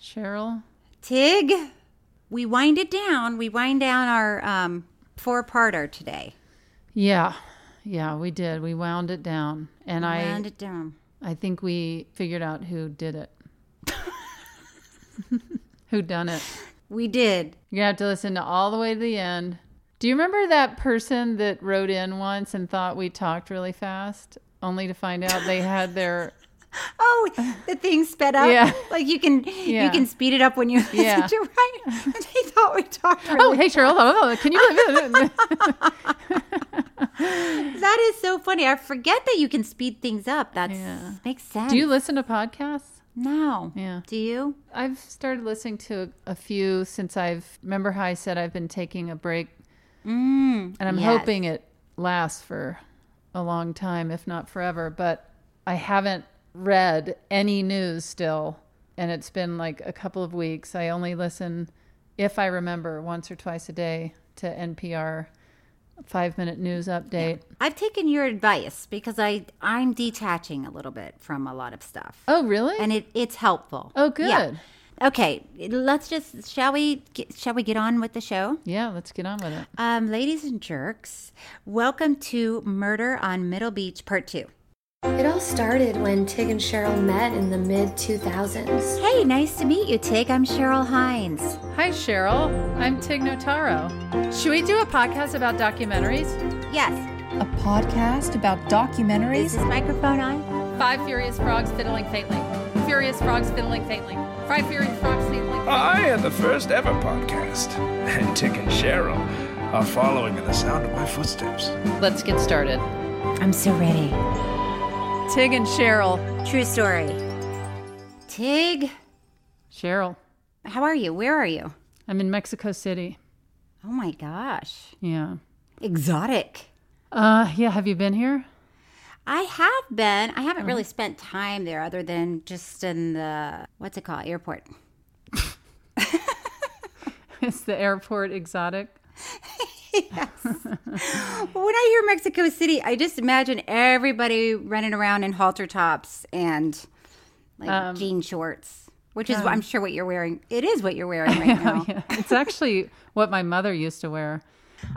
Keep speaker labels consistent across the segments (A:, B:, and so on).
A: Cheryl.
B: Tig, we wind it down. We wind down our um, four parter today.
A: Yeah. Yeah, we did. We wound it down. And
B: Wind
A: I
B: it down.
A: I think we figured out who did it. who done it.
B: We did.
A: You're gonna have to listen to all the way to the end. Do you remember that person that wrote in once and thought we talked really fast? Only to find out they had their
B: Oh, the thing sped up.
A: Yeah.
B: Like you can you
A: Yeah.
B: can speed it up when you listen
A: Yeah.
B: to it, right. And they thought we talked.
A: Oh,
B: Really.
A: hey Cheryl, oh, can you
B: that is so funny. I forget that you can speed things up. That
A: Yeah.
B: makes sense.
A: Do you listen to podcasts?
B: No.
A: Yeah.
B: Do you?
A: I've started listening to a, a few since I've. Remember how I said I've been taking a break, mm, and I'm
B: yes.
A: hoping it lasts for a long time, if not forever. But I haven't read any news still, and it's been like a couple of weeks. I only listen, if I remember, once or twice a day to NPR five minute news update.
B: I've taken your advice because I I'm detaching a little bit from a lot of stuff.
A: Oh, really?
B: And it, it's helpful.
A: oh, good.
B: Yeah.
A: Yeah.
B: Okay, let's just shall we get, shall we get on with the show?
A: let's get on with it.
B: Um, ladies and jerks, welcome to Murder on Middle Beach Part 2.
C: It all started when Tig and Cheryl met in the mid 2000s.
B: Hey, nice to meet you, Tig. I'm Cheryl Hines.
A: Hi, Cheryl. I'm Tig Notaro. Should we do a podcast about documentaries?
B: Yes.
D: a podcast about
B: Is
D: documentaries.
B: this microphone on?
A: Five furious frogs fiddling faintly. Furious frogs fiddling faintly. Five furious frogs fiddling.
E: I am the first ever podcast, and Tick and Cheryl are following in the sound of my footsteps.
A: Let's get started.
B: I'm so ready.
A: Tig and Cheryl.
B: True story. Tig,
A: Cheryl,
B: how are you? Where are you?
A: I'm in Mexico City.
B: Oh my gosh.
A: Yeah.
B: Exotic.
A: Uh, yeah. Have you been here?
B: I have been. I haven't really spent time there other than just in the, what's it called, airport.
A: Is the airport exotic?
B: But when I hear Mexico City, I just imagine everybody running around in halter tops and like
A: Um,
B: jean shorts, which is, I'm sure, what you're wearing. It is what you're wearing right now.
A: Yeah. It's actually what my mother used to wear.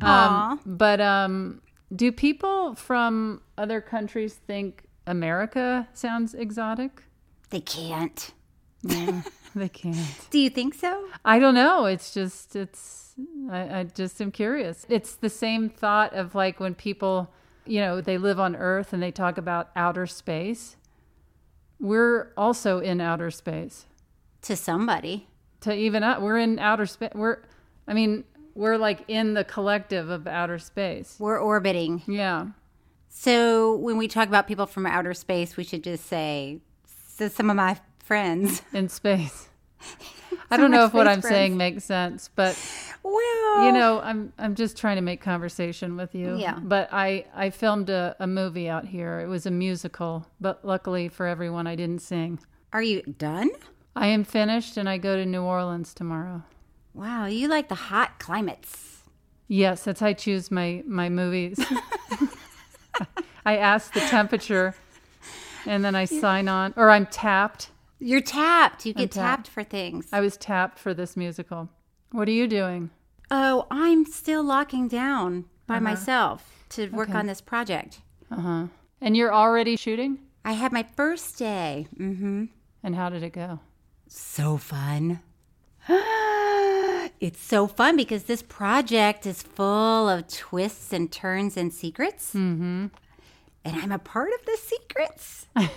A: Um, but um, do people from other countries think America sounds exotic?
B: They can't.
A: They can't.
B: Do you think so?
A: I don't know. It's just it's I, I just am curious. It's the same thought of like when people, you know, they live on Earth and they talk about outer space. We're also in outer space.
B: To somebody.
A: To even us, we're in outer space. We're, I mean, we're like in the collective of outer space.
B: We're orbiting.
A: Yeah.
B: So when we talk about people from outer space, we should just say, so some of my friends.
A: In space. I don't know if what
B: space
A: I'm
B: friends.
A: saying makes sense, but
B: Well,
A: you know i'm i'm just trying to make conversation with you
B: Yeah.
A: but i i filmed a, a movie out here it was a musical but luckily for everyone i didn't sing
B: Are you done?
A: i am finished and i go to new orleans tomorrow
B: Wow, you like the hot climates.
A: Yes, that's how I choose my my movies. I ask the temperature, and then I sign on, or I'm tapped.
B: You're tapped. You get
A: tapped.
B: tapped. for things.
A: I was tapped for this musical. What are you doing?
B: oh, I'm still locking down by myself to work
A: Okay.
B: on this project.
A: And you're already shooting.
B: I had my first day. Mm-hmm.
A: And how did it go?
B: So fun. it's so fun because this project is full of twists and turns and secrets. Mm-hmm. And I'm a part of the secrets.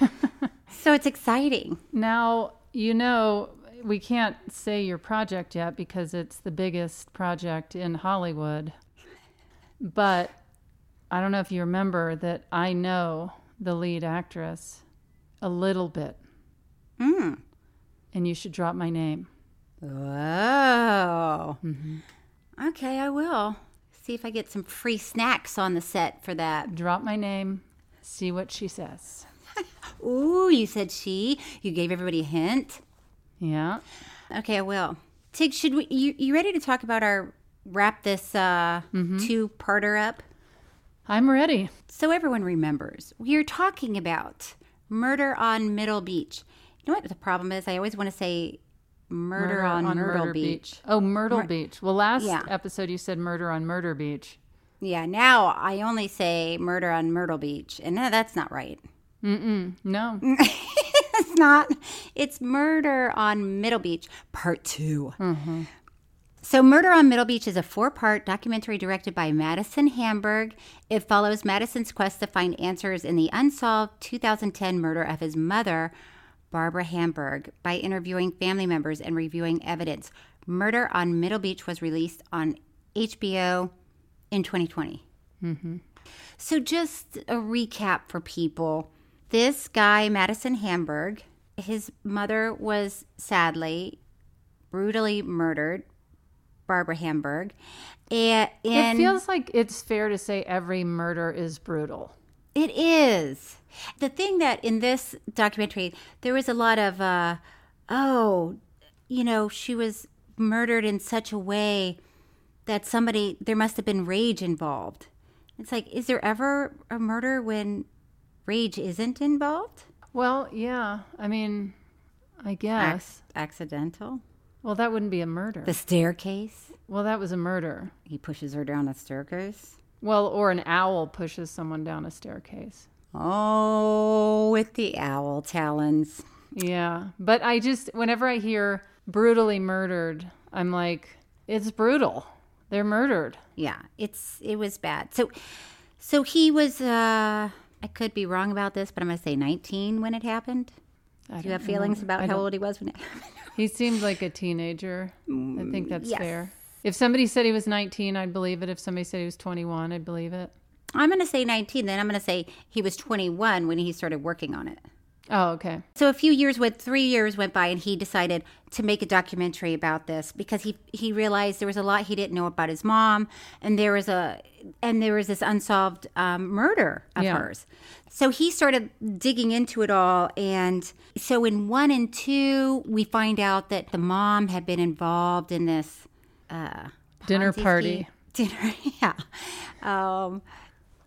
B: so it's exciting.
A: Now you know we can't say your project yet because it's the biggest project in Hollywood. But I don't know if you remember that I know the lead actress a little bit,
B: Mm.
A: and you should drop my name.
B: Whoa. Okay, I will. See if I get some free snacks on the set for that.
A: Drop my name. See what she says.
B: Ooh, you said she. You gave everybody a hint.
A: Yeah.
B: Okay, I will. Tig, should we? You, you ready to talk about our wrap this uh, two-parter up?
A: I'm ready.
B: So everyone remembers, we are talking about Murder on Middle Beach. You know what the problem is? I always want to say Murder, on, Myrtle Beach.
A: Oh, Myrtle Beach. Well, last
B: Yeah.
A: episode you said murder on Murder Beach.
B: Yeah, now I only say Murder on Myrtle Beach, and no, that's not right.
A: No.
B: it's not. It's Murder on Middle Beach, part 2 So, Murder on Middle Beach is a four part documentary directed by Madison Hamburg. It follows Madison's quest to find answers in the unsolved 2010 murder of his mother, Barbara Hamburg, by interviewing family members and reviewing evidence. Murder on Middle Beach was released on HBO in 2020.
A: Mm-hmm.
B: So, just a recap for people. This guy, Madison Hamburg, his mother was sadly brutally murdered, Barbara Hamburg. And,
A: It
B: and
A: feels like it's fair to say every murder is brutal.
B: it is. The thing that in this documentary, there was a lot of, uh, oh, you know, she was murdered in such a way that somebody, there must have been rage involved. It's like, is there ever a murder when rage isn't involved?
A: Well, yeah. I mean, I guess.
B: Ac- accidental.
A: Well, that wouldn't be a murder.
B: The staircase.
A: well, that was a murder.
B: He pushes her down a staircase.
A: Well, or an owl pushes someone down a staircase.
B: Oh, with the owl talons.
A: Yeah. But I just, whenever I hear brutally murdered, I'm like, it's brutal. They're murdered.
B: Yeah, it's it was bad. So, so he was. uh I could be wrong about this, but I'm gonna say 19 when it happened.
A: I
B: Do you
A: don't
B: have feelings
A: remember. I
B: about how
A: don't-
B: old he was when it happened?
A: He seemed like a teenager. I think that's
B: yes.
A: fair. If somebody said he was 19, I'd believe it. If somebody said he was 21, I'd believe it.
B: I'm gonna say 19. Then I'm gonna say he was 21 when he started working on it.
A: Oh, okay.
B: So a few years went, three years went by, and he decided to make a documentary about this because he he realized there was a lot he didn't know about his mom, and there was a and there was this unsolved um, murder of
A: Yeah.
B: hers. So he started digging into it all, and so in one and two, we find out that the mom had been involved in this uh,
A: Dinner
B: Ponzi
A: party.
B: scheme- dinner, yeah, um,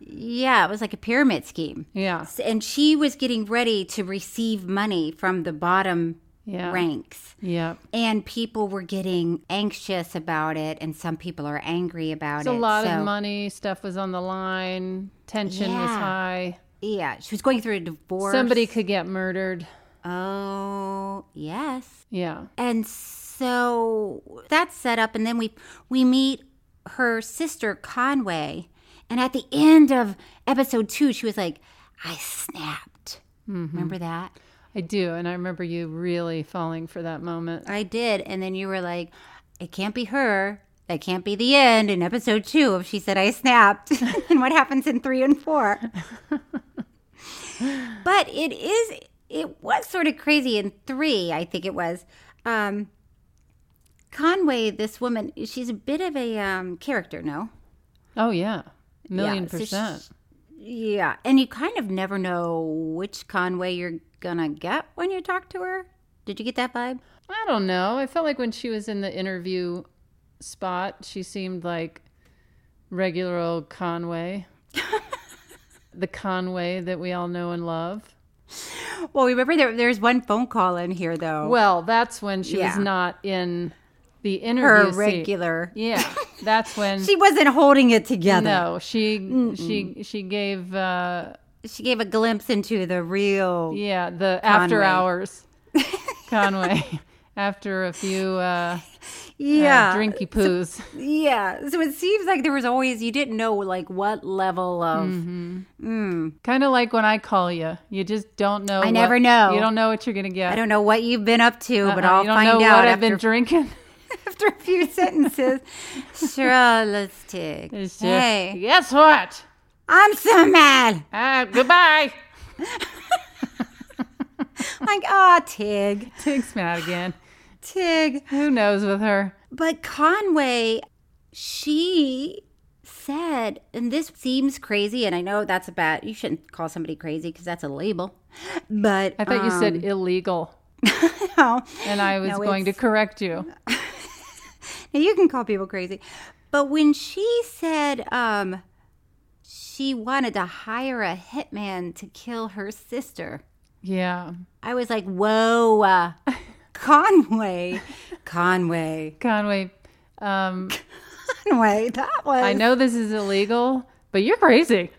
B: yeah, it was like a pyramid scheme.
A: Yeah.
B: And she was getting ready to receive money from the bottom
A: Yeah.
B: ranks.
A: Yeah.
B: And people were getting anxious about it, and some people are angry about
A: It's
B: it.
A: a lot
B: So,
A: of money. Stuff was on the line. Tension was
B: Yeah.
A: high.
B: Yeah, she was going through a divorce.
A: Somebody could get murdered.
B: Oh, yes.
A: Yeah.
B: And so that's set up, and then we we meet her sister Conway, and at the end of episode two, she was like, "I snapped." Remember that?
A: I do. And I remember you really falling for that moment.
B: I did. And then you were like, it can't be her. That can't be the end in episode two of She Said I Snapped. and what happens in three and four? but it is, it was sort of crazy in three, I think it was. Um, Conway, this woman, she's a bit of a um, character, no?
A: Oh, yeah. Million
B: Yeah, so
A: percent.
B: Yeah. And you kind of never know which Conway you're going to get when you talk to her. Did you get that vibe?
A: I don't know. I felt like when she was in the interview spot. She seemed like regular old Conway, the Conway that we all know and love.
B: Well, remember there, there's one phone call in here though.
A: Well, that's when she was
B: Oh. Yeah.
A: not in the
B: her
A: interview. seat.
B: regular.
A: Yeah, that's when.
B: She wasn't holding it together.
A: no, she she she gave uh,
B: She gave a glimpse into the real.
A: yeah the after
B: Conway.
A: hours Conway after a few uh,
B: Yeah.
A: uh, drinky poos.
B: Yeah. So it seems like there was always, you didn't know like what level of.
A: Mm-hmm. Kind of like when I call you, you just don't know.
B: I
A: what-
B: never know.
A: You don't know what you're gonna get.
B: I don't know what you've been up to, but
A: Uh-uh,
B: I'll
A: you don't
B: find
A: know
B: out
A: what
B: after,
A: I've been drinking.
B: after a few sentences. sure, let's take.
A: It's just,
B: Hey,
A: Guess what?
B: I'm so mad.
A: Uh, goodbye.
B: Like, ah, Tig,
A: Tig's mad again.
B: Tig.
A: Who knows with her?
B: But Conway, she said, and this seems crazy, and I know that's a bad, you shouldn't call somebody crazy because that's a label. But um,
A: I thought you said illegal,
B: no,
A: and I was
B: Um, no,
A: going to correct you.
B: Now, you can call people crazy. But when she said um, she wanted to hire a hitman to kill her sister,
A: Yeah,
B: I was like, whoa, uh, Conway, Conway,
A: Conway. Um,
B: Conway, that was.
A: I know this is illegal, but you're crazy.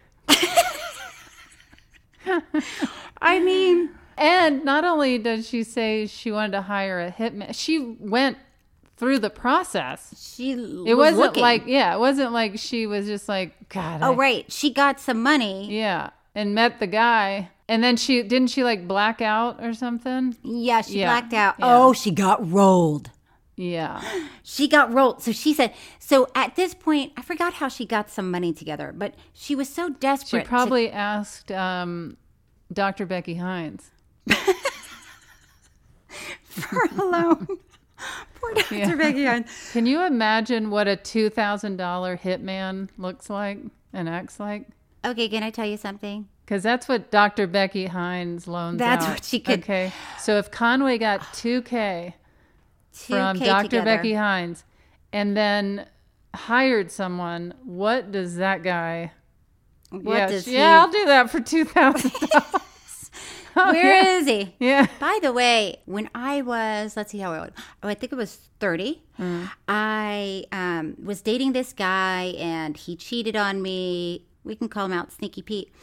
B: I mean,
A: And not only does she say she wanted to hire a hitman, she went through the process.
B: she.
A: It
B: was
A: wasn't
B: looking.
A: like yeah, it wasn't like she was just like God.
B: Oh,
A: I-
B: right. She got some money.
A: Yeah, and met the guy, and then she didn't she like black out or something?
B: Yeah, she
A: Yeah.
B: blacked out.
A: Yeah.
B: Oh, she got rolled.
A: Yeah,
B: She got rolled. So she said, so at this point, I forgot how she got some money together, but she was so
A: she
B: desperate. to-
A: probably asked um, Dr. Becky Hines.
B: for a loan. Poor Dr. Becky Hines.
A: Can you imagine what a two thousand dollar hitman looks like and acts like?
B: Okay, can I tell you something?
A: Because that's what Dr. Becky Hines loans.
B: That's
A: out.
B: what she could-
A: Okay, so if Conway got two k
B: Two
A: from
B: K
A: Dr.
B: together.
A: Becky Hines, and then hired someone, what does that guy?
B: What
A: yeah,
B: does
A: she-
B: he?
A: yeah, I'll do that for two thousand.
B: Where is he?
A: Oh, yeah.
B: By the way, when I was, let's see how old. Oh, I think it was 30.
A: Mm.
B: I um, was dating this guy and he cheated on me. We can call him out Sneaky Pete.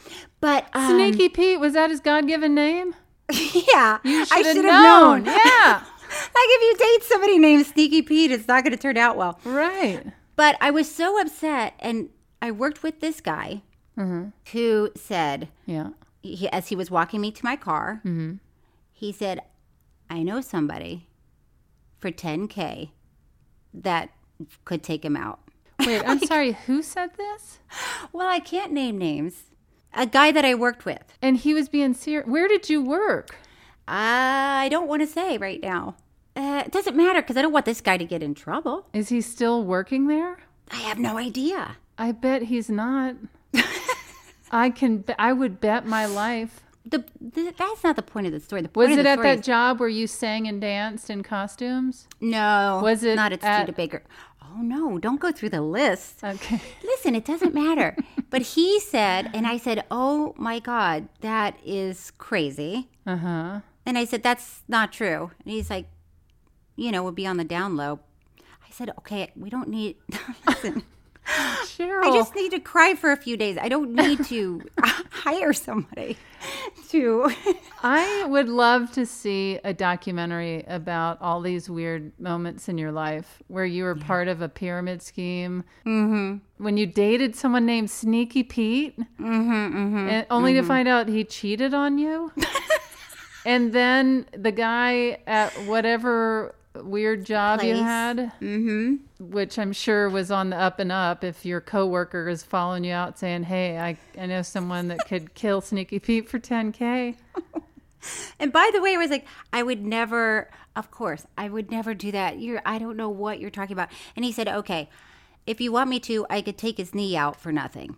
B: But um,
A: Sneaky Pete, was that his God given name?
B: Yeah. I
A: Shoulda
B: should have known.
A: Yeah.
B: Like if you date somebody named Sneaky Pete, it's not going to turn out well.
A: right.
B: But I was so upset, and I worked with this guy
A: Mm-hmm.
B: who said,
A: Yeah.
B: he, as he was walking me to my car,
A: Mm-hmm.
B: he said, "I know somebody for 10k that could take him out."
A: Wait, I'm sorry, who said this?
B: Well, I can't name names. A guy that I worked with.
A: And he was being serious. Where did you work?
B: I don't want to say right now. Uh, it doesn't matter because I don't want this guy to get in trouble.
A: Is he still working there?
B: I have no idea.
A: I bet he's not. I can. Be- I would bet my life.
B: The, the, that's not the point of the story. The point
A: Was
B: of
A: it
B: the
A: at
B: story
A: that
B: is-
A: job where you sang and danced in costumes?
B: No.
A: Was it
B: Not at,
A: at-
B: Studebaker. Oh, no. Don't go through the list.
A: Okay.
B: Listen, it doesn't matter. but he said, and I said, oh my God, that is crazy.
A: Uh huh.
B: And I said, that's not true. And he's like, you know, would be on the down low. I said, okay, we don't need. Listen,
A: Cheryl.
B: I just need to cry for a few days. I don't need to hire somebody to.
A: I would love to see a documentary about all these weird moments in your life where you were part of a pyramid scheme. Mm-hmm. When you dated someone named Sneaky Pete, mm-hmm, and only to find out he cheated on you. and then the guy at whatever weird job you
B: Place.
A: had, Mm-hmm. which I'm sure was on the up and up, if your coworker is following you out saying, Hey, I, I know someone that could kill Sneaky Pete for 10K.
B: And by the way, I was like, I would never, of course, I would never do that. You're, I don't know what you're talking about. And he said, okay, if you want me to, I could take his knee out for nothing.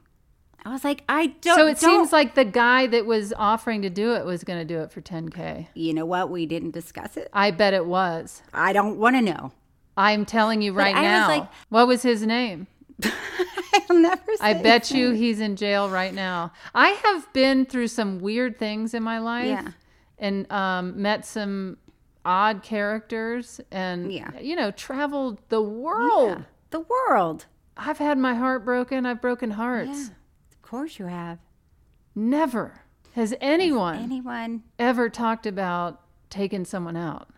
B: I was like, I don't.
A: so
B: don't-
A: it seems like the guy that was offering to do it was going to do it for 10k.
B: you know what? We didn't discuss it.
A: I bet it was.
B: I don't want to know.
A: I'm telling you right
B: I was
A: now.
B: like-
A: what was his name?
B: I'll never say
A: I bet you he's in jail right now. I have been through some weird things in my life
B: Yeah.
A: and um, met some odd characters and,
B: Yeah.
A: you know, traveled the world.
B: the world.
A: I've had my heart broken. I've broken hearts.
B: Of course you have.
A: Never has anyone
B: Anyone?
A: ever talked about taking someone out.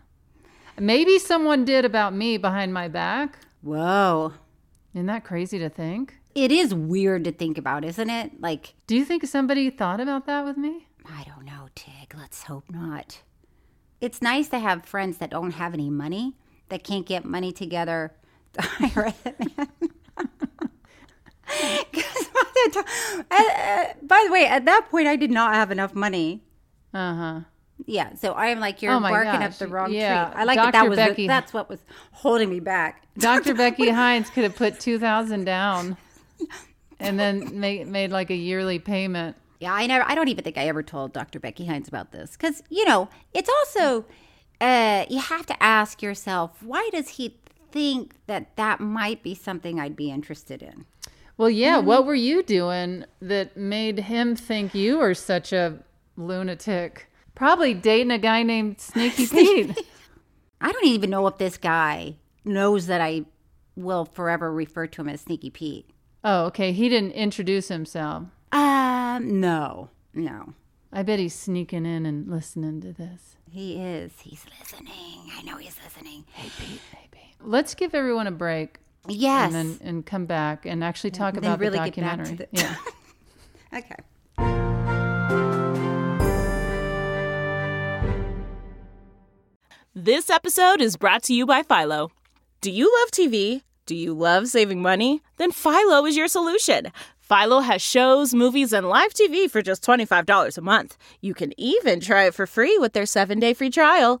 A: Maybe someone did about me behind my back.
B: Whoa.
A: Isn't that crazy to think?
B: It is weird to think about, isn't it? Like,
A: Do you think somebody thought about that with me?
B: I don't know, Tig. Let's hope not. It's nice to have friends that don't have any money, that can't get money together to hire a hitman. 'Cause by the ti- uh, uh, by the way, at that point, I did not have enough money.
A: Uh huh.
B: Yeah, so I am like you're
A: Oh my
B: barking
A: gosh,
B: up the wrong
A: yeah.
B: tree. I like that that
A: Dr.
B: was
A: Becky-
B: that's what was holding me back.
A: Dr. Becky Hines could have put 2000 down and then made, made like a yearly payment.
B: Yeah, I never. I don't even think I ever told Dr. Becky Hines about this because you know it's also uh, you have to ask yourself why does he think that that might be something I'd be interested in?
A: Well, yeah, what were you doing that made him think you were such a lunatic? Probably dating a guy named Sneaky Pete.
B: I don't even know if this guy knows that I will forever refer to him as Sneaky Pete.
A: Oh, okay. He didn't introduce himself.
B: Um, no, no,
A: I bet he's sneaking in and listening to this.
B: he is. He's listening. I know he's listening.
A: Let's give everyone a break
B: Yes.
A: and then and come back and actually talk
B: then
A: about
B: really
A: the
B: get back to
A: documentary.
B: the-
A: yeah.
B: okay.
D: This episode is brought to you by Philo. Do you love TV? Do you love saving money? Then Philo is your solution. Philo has shows, movies, and live TV for just $25 a month. You can even try it for free with their seven day free trial.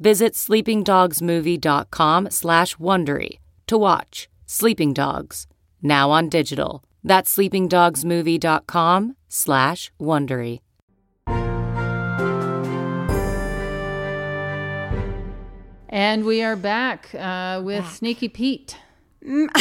F: Visit sleepingdogsmovie.com slash Wondery to watch Sleeping Dogs, now on digital. That's sleepingdogsmovie.com slash Wondery.
A: And we are back uh, with Sneaky Pete.
B: But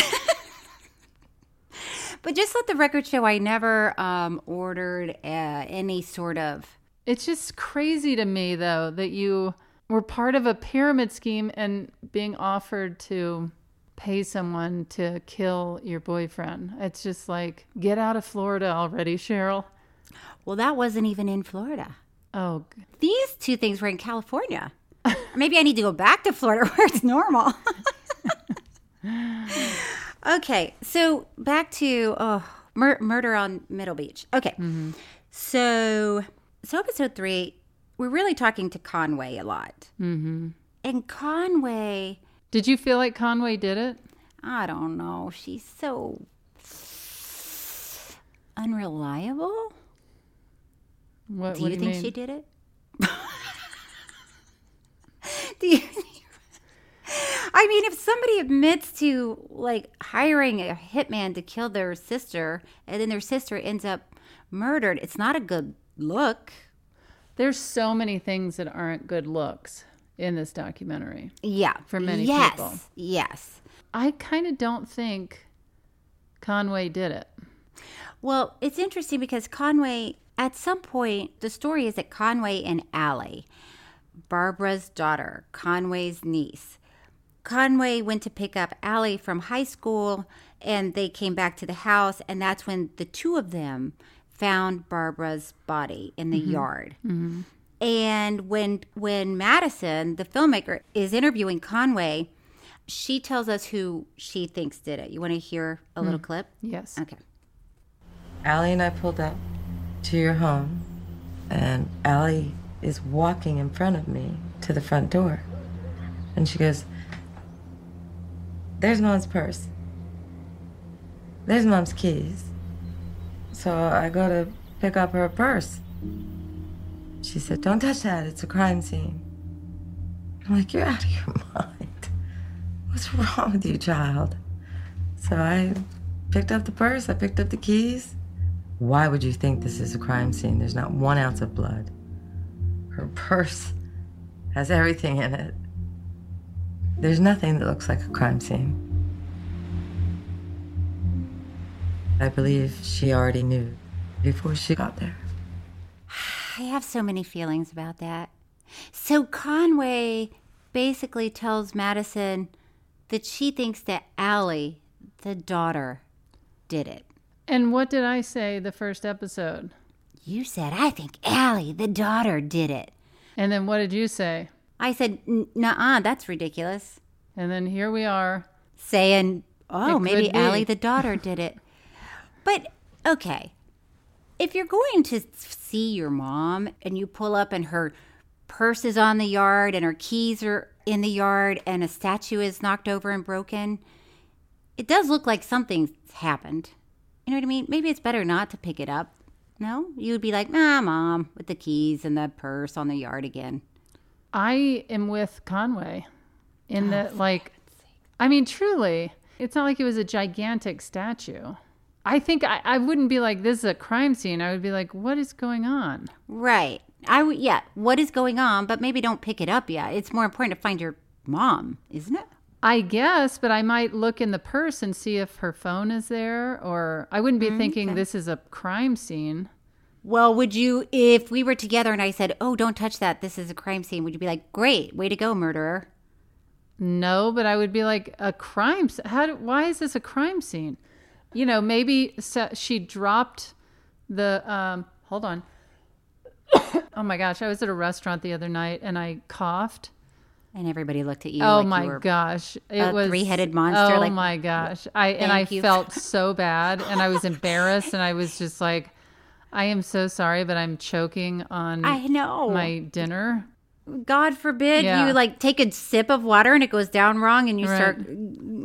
B: just let the record show I never um, ordered uh, any sort of
A: It's just crazy to me, though, that you were part of a pyramid scheme and being offered to pay someone to kill your boyfriend. It's just like, get out of Florida already, Cheryl.
B: Well, that wasn't even in Florida.
A: Oh, g-
B: These two things were in California. Maybe I need to go back to Florida where it's normal. okay, so back to oh, mur- murder on Middle Beach. Okay, so so episode three, we're really talking to Conway a lot, mm-hmm. and Conway,
A: did you feel like Conway did it?
B: I don't know, she's so unreliable.
A: What,
B: Do
A: what
B: you
A: mean?
B: think she did it? do you? I mean, if somebody admits to like hiring a hitman to kill their sister, and then their sister ends up murdered, it's not a good look.
A: There's so many things that aren't good looks in this documentary.
B: Yeah,
A: For many
B: yes,
A: people.
B: Yes.
A: I kind of don't think Conway did it.
B: Well, it's interesting because Conway, at some point, the story is that Conway and Allie, Barbara's daughter, Conway's niece, Conway went to pick up Allie from high school and they came back to the house. And that's when the two of them found Barbara's body in the yard. And when when Madison, the filmmaker, is interviewing Conway, she tells us who she thinks did it. You want to hear a little clip?
A: Yes.
B: Okay.
G: Allie and I pulled up to your home, and Allie is walking in front of me to the front door. And she goes, There's mom's purse. There's mom's keys. So I go to pick up her purse. She said, Don't touch that, it's a crime scene. I'm like, You're out of your mind. What's wrong with you, child? So I picked up the purse, I picked up the keys. Why would you think this is a crime scene? There's not one ounce of blood. Her purse has everything in it. There's nothing that looks like a crime scene. I believe she already knew before she got there.
B: I have so many feelings about that. So Conway basically tells Madison that she thinks that Allie, the daughter, did it.
A: And what did I say the first episode?
B: You said, I think Allie, the daughter, did it.
A: And then what did you say?
B: I said, nah, that's ridiculous.
A: And then here we are.
B: Saying, oh,
A: It
B: maybe
A: could be.
B: Allie, the daughter, did it. But okay, if you're going to see your mom and you pull up and her purse is on the yard and her keys are in the yard and a statue is knocked over and broken, it does look like something's happened. You know what I mean? Maybe it's better not to pick it up. No, you would be like, nah, mom, with the keys and the purse on the yard again.
A: I am with Conway in that, like, I mean, truly, it's not like it was a gigantic statue. I think I, I wouldn't be like, this is a crime scene. I would be like, what is going on?
B: Right. I would- yeah. What is going on? But maybe don't pick it up yet. It's more important to find your mom, isn't it?
A: I guess, but I might look in the purse and see if her phone is there, or I wouldn't be thinking this is a crime scene.
B: Well, would you if we were together and I said, "Oh, don't touch that. This is a crime scene." Would you be like, "Great, way to go, murderer."
A: No, but I would be like a crime. s- How? Do, why is this a crime scene? You know, maybe se- she dropped the. Um, hold on. oh my gosh! I was at a restaurant the other night and I coughed.
B: And everybody looked at you.
A: oh
B: like you
A: my
B: were-
A: gosh! It
B: a
A: was
B: three-headed monster,
A: Oh
B: like-
A: my gosh! I and I
B: Thank you.
A: felt so bad and I was embarrassed and I was just like, I am so sorry, but I'm choking on
B: I know.
A: my dinner.
B: God forbid
A: Yeah.
B: you like take a sip of water and it goes down wrong and you
A: Right.
B: start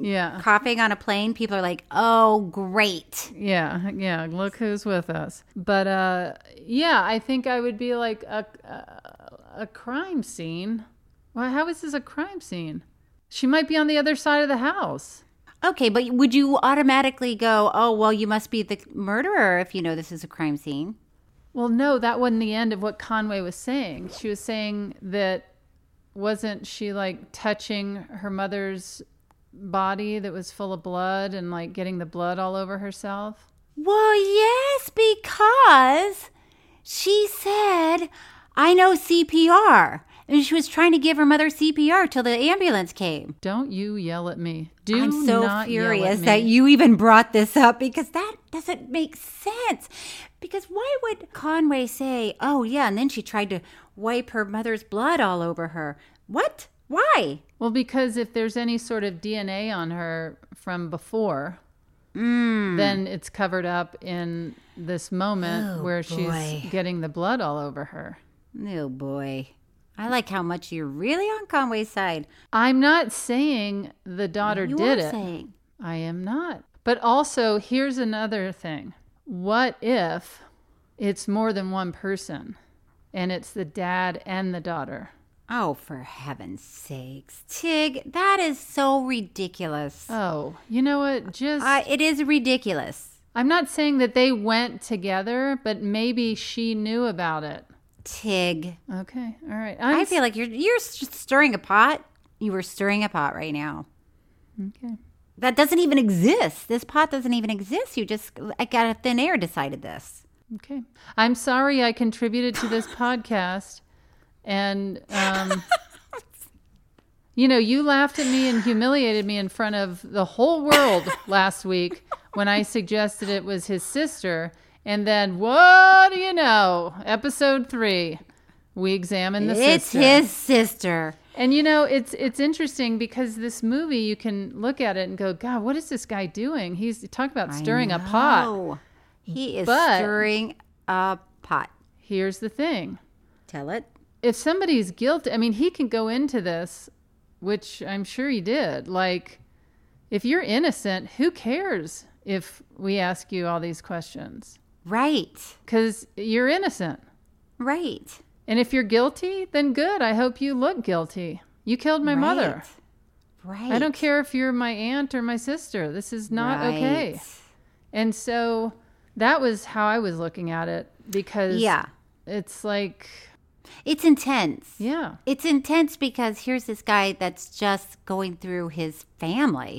A: Yeah.
B: coughing on a plane. People are like, "Oh, great."
A: Yeah, yeah. Look who's with us. But uh, yeah, I think I would be like a a, a crime scene. Well, how is this a crime scene? She might be on the other side of the house.
B: Okay, but would you automatically go, "Oh, well, you must be the murderer if you know this is a crime scene."
A: Well, no, that wasn't the end of what Conway was saying. She was saying that wasn't she like touching her mother's body that was full of blood and like getting the blood all over herself?
B: Well, yes, because she said, I know CPR. And she was trying to give her mother CPR till the ambulance came.
A: Don't you yell at me. Do
B: I'm so
A: not yell at
B: furious
A: me.
B: that you even brought this up because that doesn't make sense. Because why would Conway say, oh, yeah, and then she tried to wipe her mother's blood all over her? What? Why?
A: Well, because if there's any sort of DNA on her from before,
B: Mm.
A: then it's covered up in this moment where she's getting the blood all over her.
B: Oh, boy. I like how much you're really on Conway's side.
A: I'm not saying the daughter
B: You
A: did
B: are
A: it.
B: saying-
A: I am not. But also, here's another thing. What if it's more than one person and it's the dad and the daughter?
B: Oh, for heaven's sakes, Tig, that is so ridiculous.
A: Oh, you know what? Just
B: Uh, it is ridiculous.
A: I'm not saying that they went together, but maybe she knew about it.
B: Tig,
A: Okay. All right.
B: i
A: I'm
B: feel like you're you're s- stirring a pot. You were stirring a pot right now.
A: Okay.
B: That doesn't even exist. This pot doesn't even exist. You just like out of thin air decided this.
A: Okay. I'm sorry I contributed to this podcast, and um, You know, you laughed at me and humiliated me in front of the whole world last week when I suggested it was his sister. And then, what do you know? Episode three, we examine the
B: it's
A: sister.
B: his sister.
A: And you know, it's it's interesting because this movie, you can look at it and go, God, what is this guy doing? He's talk about stirring a pot.
B: No. He is
A: But-
B: stirring a pot.
A: Here's the thing:
B: Tell it.
A: if somebody's guilty, I mean, he can go into this, which I'm sure he did. Like, if you're innocent, who cares if we ask you all these questions?
B: Right.
A: Because you're innocent.
B: Right.
A: And if you're guilty, then good. I hope you look guilty. You killed my mother.
B: Right.
A: I don't care if you're my aunt or my sister. This is not okay. And so that was how I was looking at it because
B: Yeah.
A: it's like,
B: It's intense.
A: yeah,
B: It's intense because here's this guy that's just going through his family.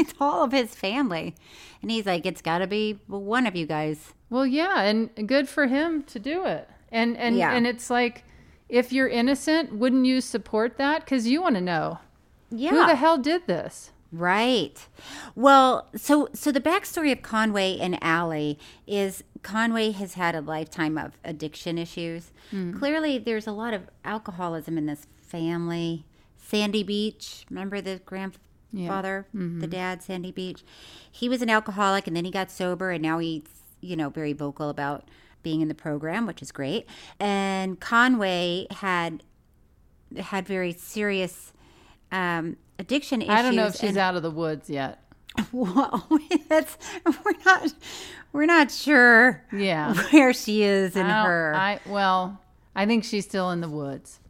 B: It's all of his family. And he's like, it's got to be one of you guys.
A: Well, yeah, and good for him to do it. And and
B: Yeah.
A: and it's like if you're innocent, wouldn't you support that cuz you want to know
B: Yeah.
A: who the hell did this?
B: Right. Well, so so the backstory of Conway and Allie is Conway has had a lifetime of addiction issues.
A: Hmm.
B: Clearly, there's a lot of alcoholism in this family. Sandy Beach, remember the grandfather,
A: Mm-hmm.
B: the dad, Sandy Beach. He was an alcoholic, and then he got sober, and now he's you know very vocal about being in the program, which is great. And Conway had had very serious um, addiction issues.
A: I don't know if she's
B: and-
A: out of the woods yet.
B: well, that's we're not we're not sure
A: Yeah.
B: where she is in
A: I don't-
B: her.
A: I well, I think she's still in the woods.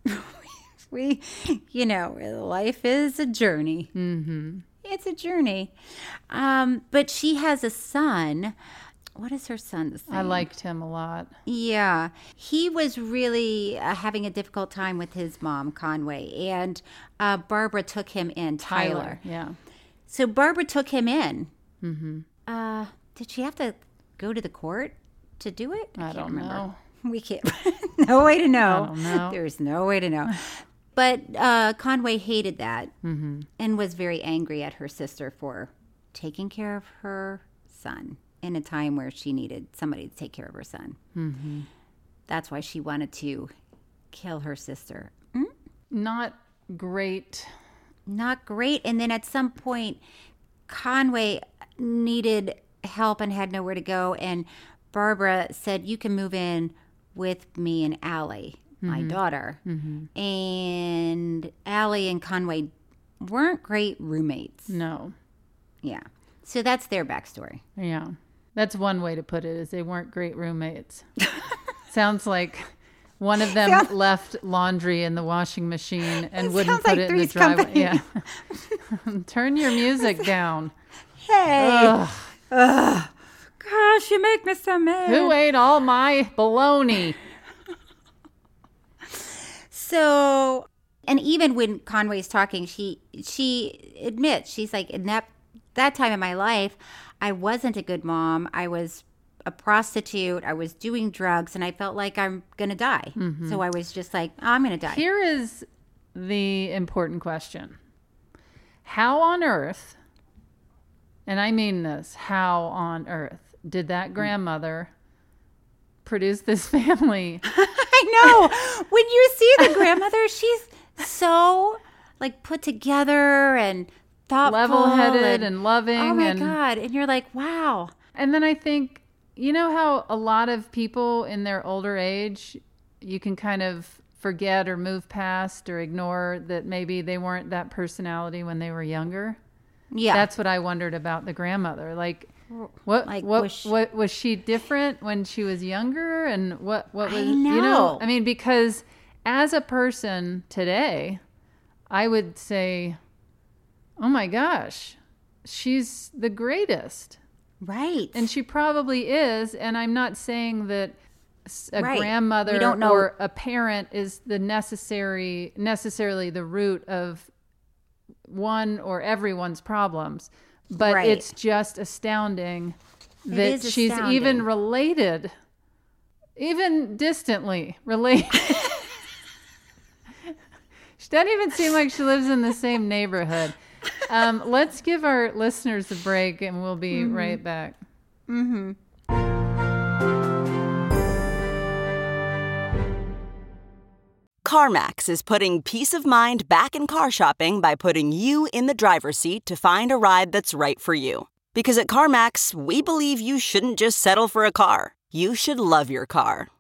B: we, you know, life is a journey. Mm-hmm. It's a journey. Um, but she has a son. What is her son's name?
A: I liked him a lot.
B: Yeah. He was really uh, having a difficult time with his mom, Conway, and uh, Barbara took him in, Tyler.
A: Yeah.
B: So Barbara took him in. Mm-hmm. Uh, did she have to go to the court to do it?
A: I, don't know.
B: We can't. no way to know.
A: don't know.
B: There's no way to know. But uh, Conway hated that
A: Mm-hmm.
B: and was very angry at her sister for taking care of her son in a time where she needed somebody to take care of her son.
A: Mm-hmm.
B: That's why she wanted to kill her sister.
A: Not great.
B: Not great. And then at some point, Conway needed help and had nowhere to go. And Barbara said, You can move in with me and Allie, my daughter. And Allie and Conway weren't great roommates.
A: No.
B: Yeah. So that's their backstory.
A: Yeah. That's one way to put it is they weren't great roommates. Sounds like one of them left laundry in the washing machine and
B: sounds
A: wouldn't put
B: like
A: it in the
B: Three's
A: driveway.
B: Company.
A: Yeah. Turn your music down.
B: Hey. Ugh. Gosh, you make me so mad.
A: Who ate all my bologna?
B: So, and even when Conway's talking, she she admits she's like in that that time in my life, I wasn't a good mom. I was a prostitute. I was doing drugs, and I felt like I'm gonna die. So I was just like, "Oh, I'm gonna die.
A: Mm-hmm. Here is the important question How on earth, and I mean this, how on earth did
B: Mm.
A: that grandmother produce this family?
B: I know. when you see the grandmother, she's so like put together and thoughtful,
A: Level-headed and loving
B: Oh my
A: and-
B: god! And you're like, wow.
A: And then I think, you know how a lot of people in their older age, you can kind of forget or move past or ignore that maybe they weren't that personality when they were younger?
B: Yeah,
A: That's what I wondered about the grandmother. Like, what,
B: like,
A: what,
B: was she-
A: what was she different when she was younger? And what, what
B: I
A: was, you know,
B: know.
A: I mean, because as a person today, I would say, oh my gosh, she's the greatest.
B: right.
A: And she probably is. And I'm not saying that s- a
B: Right.
A: grandmother
B: We don't know-
A: or a parent is the necessary necessarily the root of one or everyone's problems. But
B: Right.
A: it's just astounding that
B: is
A: she's even
B: astounding.
A: related, even distantly related. She doesn't even seem like she lives in the same neighborhood. Um, let's give our listeners a break and we'll be
B: Mhm.
A: right back.
B: Mm-hmm.
H: CarMax is putting peace of mind back in car shopping by putting you in the driver's seat to find a ride that's right for you. Because at CarMax, we believe you shouldn't just settle for a car, you should love your car.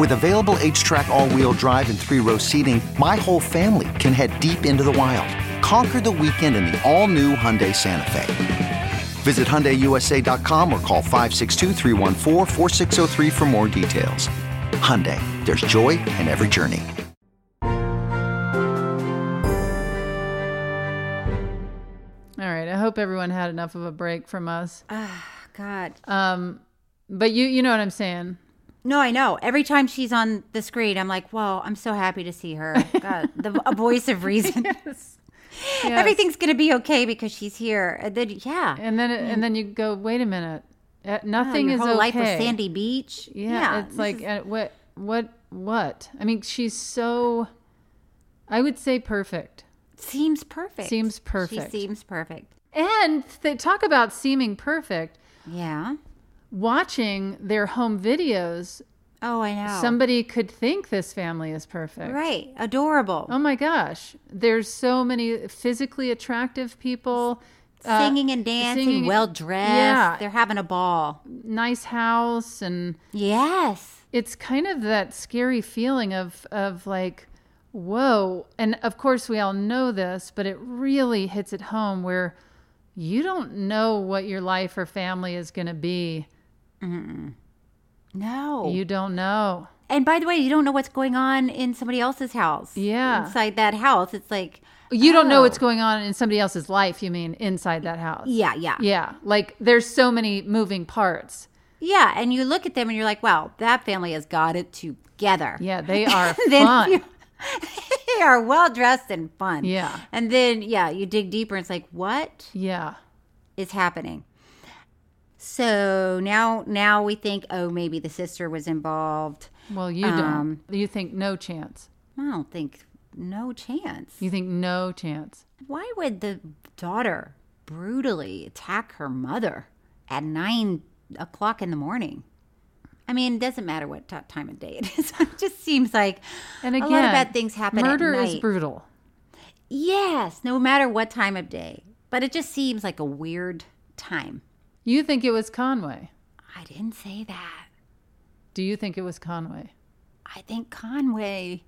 I: With available H track, all wheel drive, and three row seating, my whole family can head deep into the wild. Conquer the weekend in the all new Hyundai Santa Fe. Visit HyundaiUSA.com or call 562-314-4603 for more details. Hyundai, there's joy in every journey.
A: All right. I hope everyone had enough of a break from us.
B: Ah, God.
A: Um, but you, you know what I'm saying.
B: No, I know. Every time she's on the screen, I'm like, "Whoa, I'm so happy to see her." God, the a voice of reason. Everything's gonna be okay because she's here. And then, yeah, Oh,
A: and then and then you go, wait a minute, Uh, nothing
B: your
A: is
B: whole
A: okay.
B: life was Sandy Beach.
A: Yeah,
B: Yeah,
A: it's
B: this
A: like
B: is-
A: uh, what what what? I mean, she's so. I would say perfect.
B: Seems perfect.
A: Seems perfect.
B: She seems perfect.
A: And they talk about seeming perfect.
B: Yeah.
A: Watching their home videos.
B: Oh, I know.
A: Somebody could think this family is perfect.
B: Right. Adorable.
A: Oh my gosh. There's so many physically attractive people. uh,
B: Singing and dancing,
A: singing-
B: well dressed.
A: Yeah.
B: They're having a ball.
A: nice house and
B: yes
A: it's kind of that scary feeling of of like whoa and of course we all know this but it really hits it home where you don't know what your life or family is going to be
B: No.
A: you don't know
B: and by the way, you don't know what's going on in somebody else's house.
A: Yeah.
B: Inside that house, it's like
A: you don't know
B: oh.
A: what's going on in somebody else's life you mean inside that house
B: Yeah, yeah.
A: yeah like there's so many moving parts
B: Yeah, and you look at them and you're like, "Wow, that family has got it together."
A: yeah they are
B: Then
A: fun
B: you- they are well dressed and fun.
A: Yeah.
B: And then yeah, you dig deeper and it's like, "What
A: yeah
B: is happening?" So now now we think, "Oh, maybe the sister was involved."
A: well you
B: Um,
A: don't you think no chance
B: I don't think no chance.
A: you think no chance
B: Why would the daughter brutally attack her mother at nine o'clock in the morning? I mean, it doesn't matter what t- time of day it is. it just seems like
A: and
B: a
A: again
B: lot of bad things happen. at
A: murder is
B: night.
A: brutal
B: Yes, no matter what time of day. But it just seems like a weird time.
A: You think it was Conway.
B: I didn't say that.
A: Do you think it was Conway?
B: I think Conway.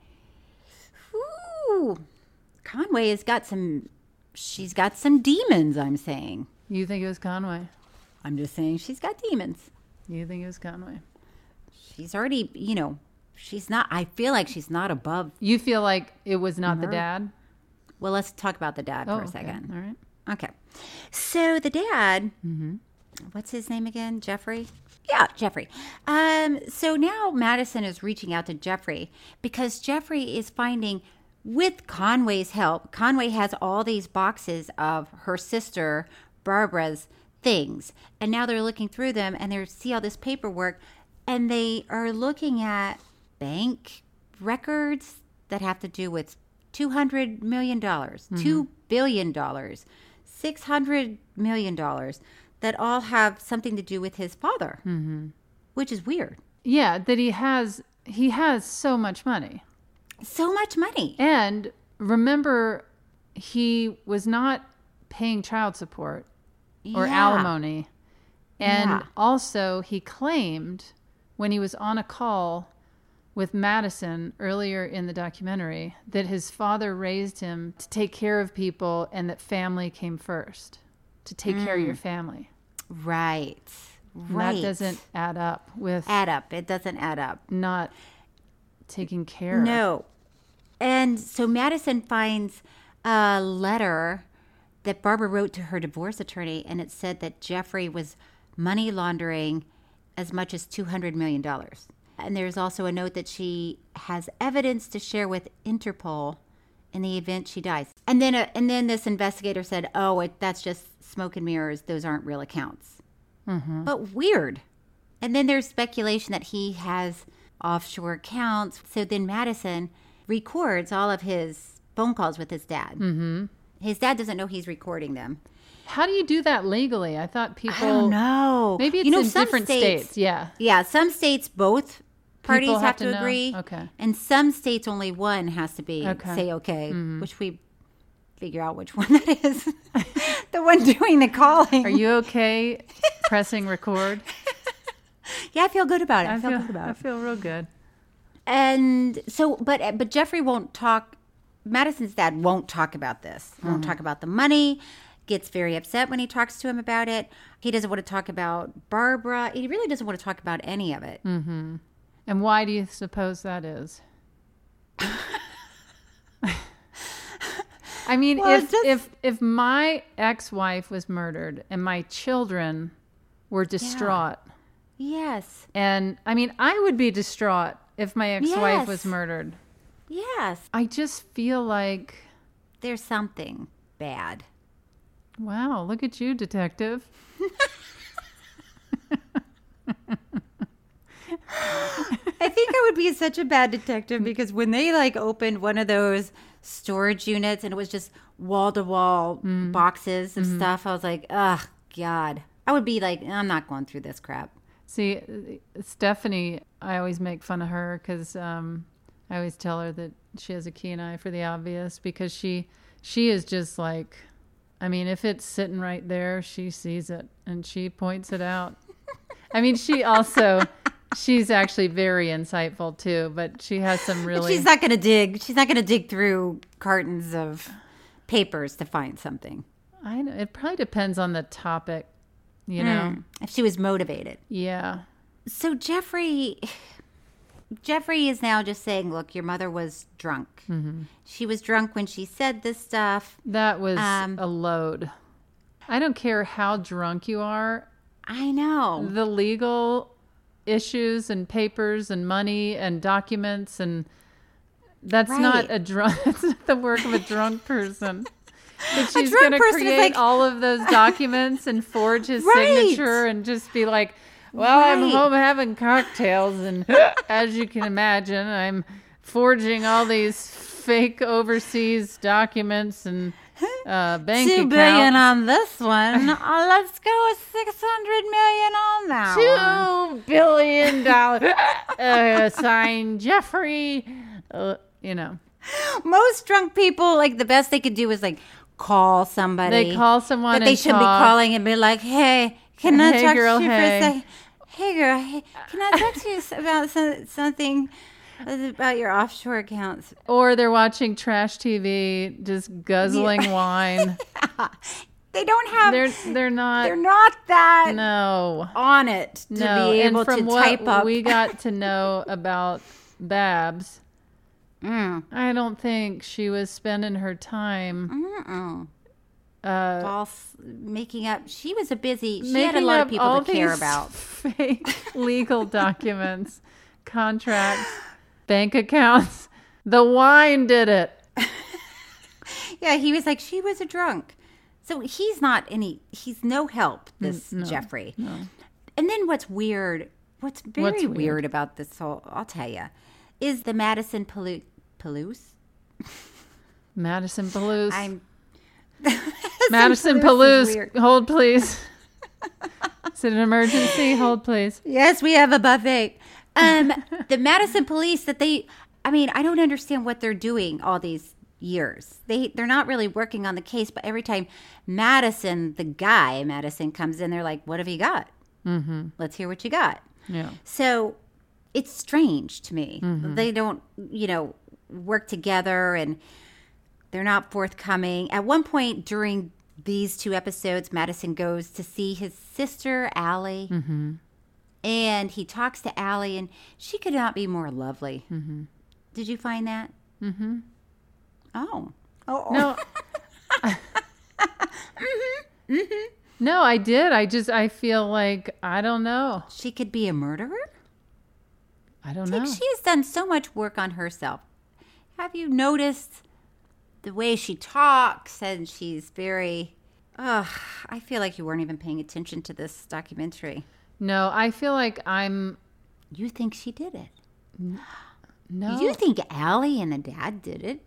B: Ooh, Conway has got some. She's got some demons. I'm saying.
A: You think it was Conway?
B: I'm just saying she's got demons.
A: You think it was Conway?
B: She's already, you know, she's not. I feel like she's not above.
A: You feel like it was not the
B: Murder.
A: dad?
B: Well, let's talk about the dad
A: Oh,
B: for a
A: okay.
B: second.
A: All right.
B: Okay. So the dad, what's his name again? Jeffrey? Yeah, Jeffrey. Um, so now Madison is reaching out to Jeffrey because Jeffrey is finding, with Conway's help, Conway has all these boxes of her sister, Barbara's things. And now they're looking through them and they see all this paperwork and they are looking at bank records that have to do with $200 million, $2 billion, $600 million that all have something to do with his father,
A: Mm-hmm.
B: which is weird.
A: Yeah, that he has he has so much money.
B: So much money.
A: And remember he was not paying child support or
B: Yeah.
A: alimony. And
B: Yeah.
A: also he claimed when he was on a call with Madison earlier in the documentary that his father raised him to take care of people and that family came first, to take care of your family.
B: Right.
A: And
B: Mm. Right.
A: That doesn't add up with
B: add up. It doesn't add up.
A: not taking care.
B: No. And so Madison finds a letter that Barbara wrote to her divorce attorney, and it said that Jeffrey was money laundering as much as $200 million. And there's also a note that she has evidence to share with Interpol in the event she dies. And then, uh, and then this investigator said, "Oh, it, that's just smoke and mirrors. Those aren't real accounts."
A: Mhm.
B: But weird. And then there's speculation that he has offshore accounts. So then Madison records all of his phone calls with his dad.
A: Mhm.
B: His dad doesn't know he's recording them.
A: How do you do that legally? I thought people.
B: I don't know.
A: Maybe it's
B: you know,
A: in
B: some
A: different states. Yeah.
B: Yeah. Some states, both parties
A: People
B: have,
A: have
B: to,
A: to know.
B: agree.
A: Okay.
B: And some states, only one has to be
A: Okay.
B: say okay,
A: Mhm.
B: which we figure out which one that is. the one doing the calling.
A: Are you okay pressing record?
B: yeah, I feel good about it. I,
A: I
B: feel,
A: feel-
B: good about
A: I
B: it.
A: feel real good.
B: And so, but but Jeffrey won't talk. Madison's dad won't talk about this. Won't
A: Mhm.
B: talk about the money. Gets very upset when he talks to him about it. He doesn't want to talk about Barbara. He really doesn't want to talk about any of it.
A: Mm-hmm. And why do you suppose that is? I mean,
B: Well,
A: if, if if my ex-wife was murdered and my children were distraught,
B: Yes.
A: and I mean, I would be distraught if my ex-wife was
B: Yes.
A: murdered.
B: Yes.
A: I just feel like,
B: There's something bad.
A: wow, look at you, detective.
B: I think I would be such a bad detective because when they like opened one of those storage units and it was just wall to wall boxes of stuff, I was like, ugh, God. I would be like, I'm not going through this crap.
A: See, uh, Stephanie, I always make fun of her because um, I always tell her that she has a keen eye for the obvious because she she is just like, I mean, if it's sitting right there, she sees it and she points it out. I mean, she also she's actually very insightful too, but she has some really
B: She's not going to dig. She's not going to dig through cartons of papers to find something.
A: I know it probably depends on the topic, you know.
B: Mm, if she was motivated.
A: Yeah.
B: So Jeffrey, Jeffrey is now just saying, look, your mother was drunk.
A: hmm
B: She was drunk when she said this stuff.
A: That was
B: Um,
A: a load. I don't care how drunk you are.
B: I know.
A: The legal issues and papers and money and documents and that's not
B: Right.
A: a drunk that's not the work of a drunk person. But she's
B: drunk
A: gonna
B: person is
A: create
B: like-
A: all of those documents and forge his
B: Right.
A: signature and just be like, Well, I'm
B: Right.
A: home having cocktails and as you can imagine, I'm forging all these fake overseas documents and uh, bank
B: Two billion
A: account.
B: on this one. Uh, let's go with six hundred million on that. one.
A: two billion dollar uh, sign Jeffrey. Uh, you know,
B: Most drunk people, like the best they could do is like call somebody.
A: they call someone
B: that they
A: and
B: should be
A: talk.
B: calling and be like, "Hey, can I
A: Hey,
B: talk
A: girl,
B: to you
A: hey."
B: for a second? Hey, girl, hey, can I talk to you s- about some, something about your offshore accounts?"
A: Or they're watching trash TV, just guzzling wine.
B: They don't have.
A: They're
B: They're,
A: they're not.
B: not that
A: no,
B: on it to
A: no.
B: be able
A: and from
B: to
A: what
B: type up.
A: we got to know about Babs,
B: Mm.
A: I don't think she was spending her time.
B: Mm-mm.
A: Uh,
B: False making up. She was a busy. She
A: making
B: had a lot
A: up
B: of people
A: all
B: to care
A: these
B: about.
A: fake legal documents, contracts, bank accounts. The wine did it.
B: Yeah, he was like, she was a drunk. So he's not any, he's no help, this Jeffrey. And then what's weird, what's very
A: What's
B: weird?
A: weird?
B: about this whole, I'll tell you, is the Madison Palouse. Palouse?
A: Madison Palouse.
B: I'm,
A: Madison
B: Palouse is
A: Palouse.
B: weird.
A: Hold please. Is it an emergency? Hold please.
B: yes, we have a buffet. Um, the Madison police that they, I mean, I don't understand what they're doing all these years. They, they're not really working on the case, but every time Madison, the guy Madison comes in, they're like, what have you got?
A: Mm-hmm.
B: Let's hear what you got.
A: Yeah.
B: So it's strange to me.
A: Mm-hmm.
B: They don't, you know, work together and they're not forthcoming. At one point during these two episodes, Madison goes to see his sister, Allie,
A: Mm-hmm.
B: and he talks to Allie, and she could not be more lovely.
A: Mm-hmm.
B: Did you find that?
A: Mm-hmm.
B: Oh, Oh,
A: No.
B: Mm-hmm.
A: No, I did. I just I feel like I don't know.
B: She could be a murderer?
A: I don't
B: Like
A: know.
B: she has done so much work on herself. Have you noticed the way she talks and she's very Ugh, I feel like you weren't even paying attention to this documentary.
A: No, I feel like I'm
B: You think she did it?
A: no.
B: You think Allie and the dad did it?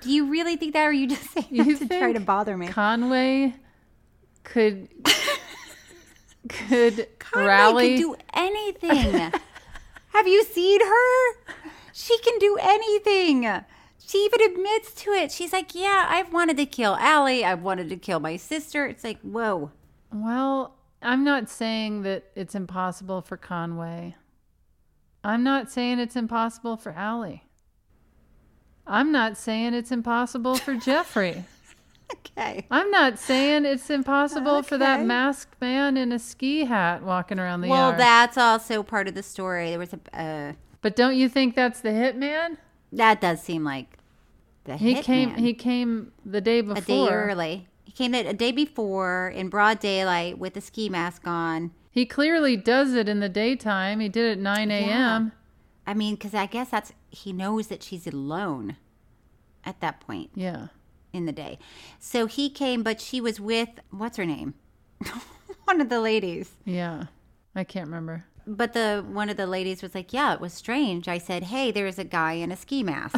B: Do you really think that or are you just saying that to try to
A: think
B: bother me?
A: Conway could could
B: Conway
A: rally
B: can do anything. Have you seen her? She can do anything. She even admits to it. She's like, "Yeah, I've wanted to kill Allie. I've wanted to kill my sister." It's like, whoa.
A: Well, I'm not saying that it's impossible for Conway. I'm not saying it's impossible for Allie. I'm not saying it's impossible for Jeffrey.
B: Okay.
A: I'm not saying it's impossible for that
B: Okay.
A: masked man in a ski hat walking around the
B: Well,
A: yard.
B: that's also part of the story. There was a uh,
A: but don't you think that's the hitman?
B: that does seem like the
A: He came.
B: hitman.
A: He came the day before.
B: a day early. He came in a day before in broad daylight with a ski mask on.
A: He clearly does it in the daytime. He did it 9 a.m.
B: I mean, because I guess that's he knows that she's alone at that point
A: Yeah.
B: in the day. So he came, but she was with what's her name, one of the ladies.
A: Yeah. I can't remember.
B: But the one of the ladies was like, "Yeah, it was strange." I said, "Hey, there's a guy in a ski mask,"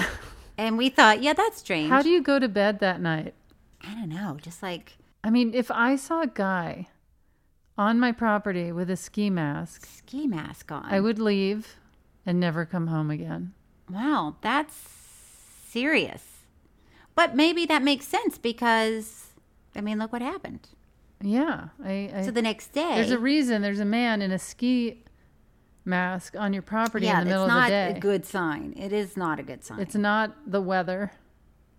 B: and we thought, "Yeah, that's strange."
A: How do you go to bed that night?
B: I don't know, just like
A: I mean, if I saw a guy on my property with a ski mask,
B: ski mask on.
A: I would leave and never come home again.
B: Wow, that's serious. But maybe that makes sense because, I mean, look what happened.
A: Yeah. I, I
B: so the next day,
A: There's a reason there's a man in a ski mask on your property
B: yeah,
A: in
B: it's
A: the middle
B: not
A: of the day.
B: a good sign. It is not a good sign.
A: it's not the weather.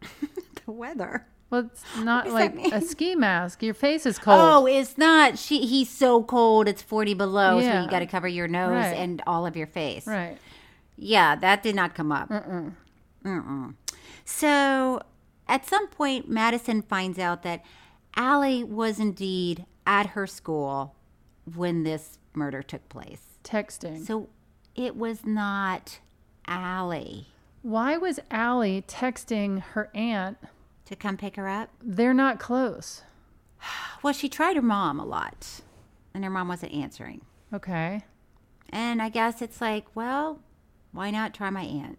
B: the weather.
A: Well, it's not
B: does
A: like
B: that
A: a
B: mean?
A: ski mask. Your face is cold.
B: Oh, it's not. She he's so cold. It's forty below, so
A: Yeah.
B: you got to cover your nose
A: Right.
B: and all of your face.
A: right.
B: Yeah, that did not come up. Mm-mm. So at some point, Madison finds out that Allie was indeed at her school when this murder took place.
A: Texting.
B: So it was not Allie
A: Why was Allie texting her aunt?
B: to come pick her up.
A: They're not close.
B: Well, she tried her mom a lot, and her mom wasn't answering.
A: Okay.
B: And I guess it's like, well, why not try my aunt?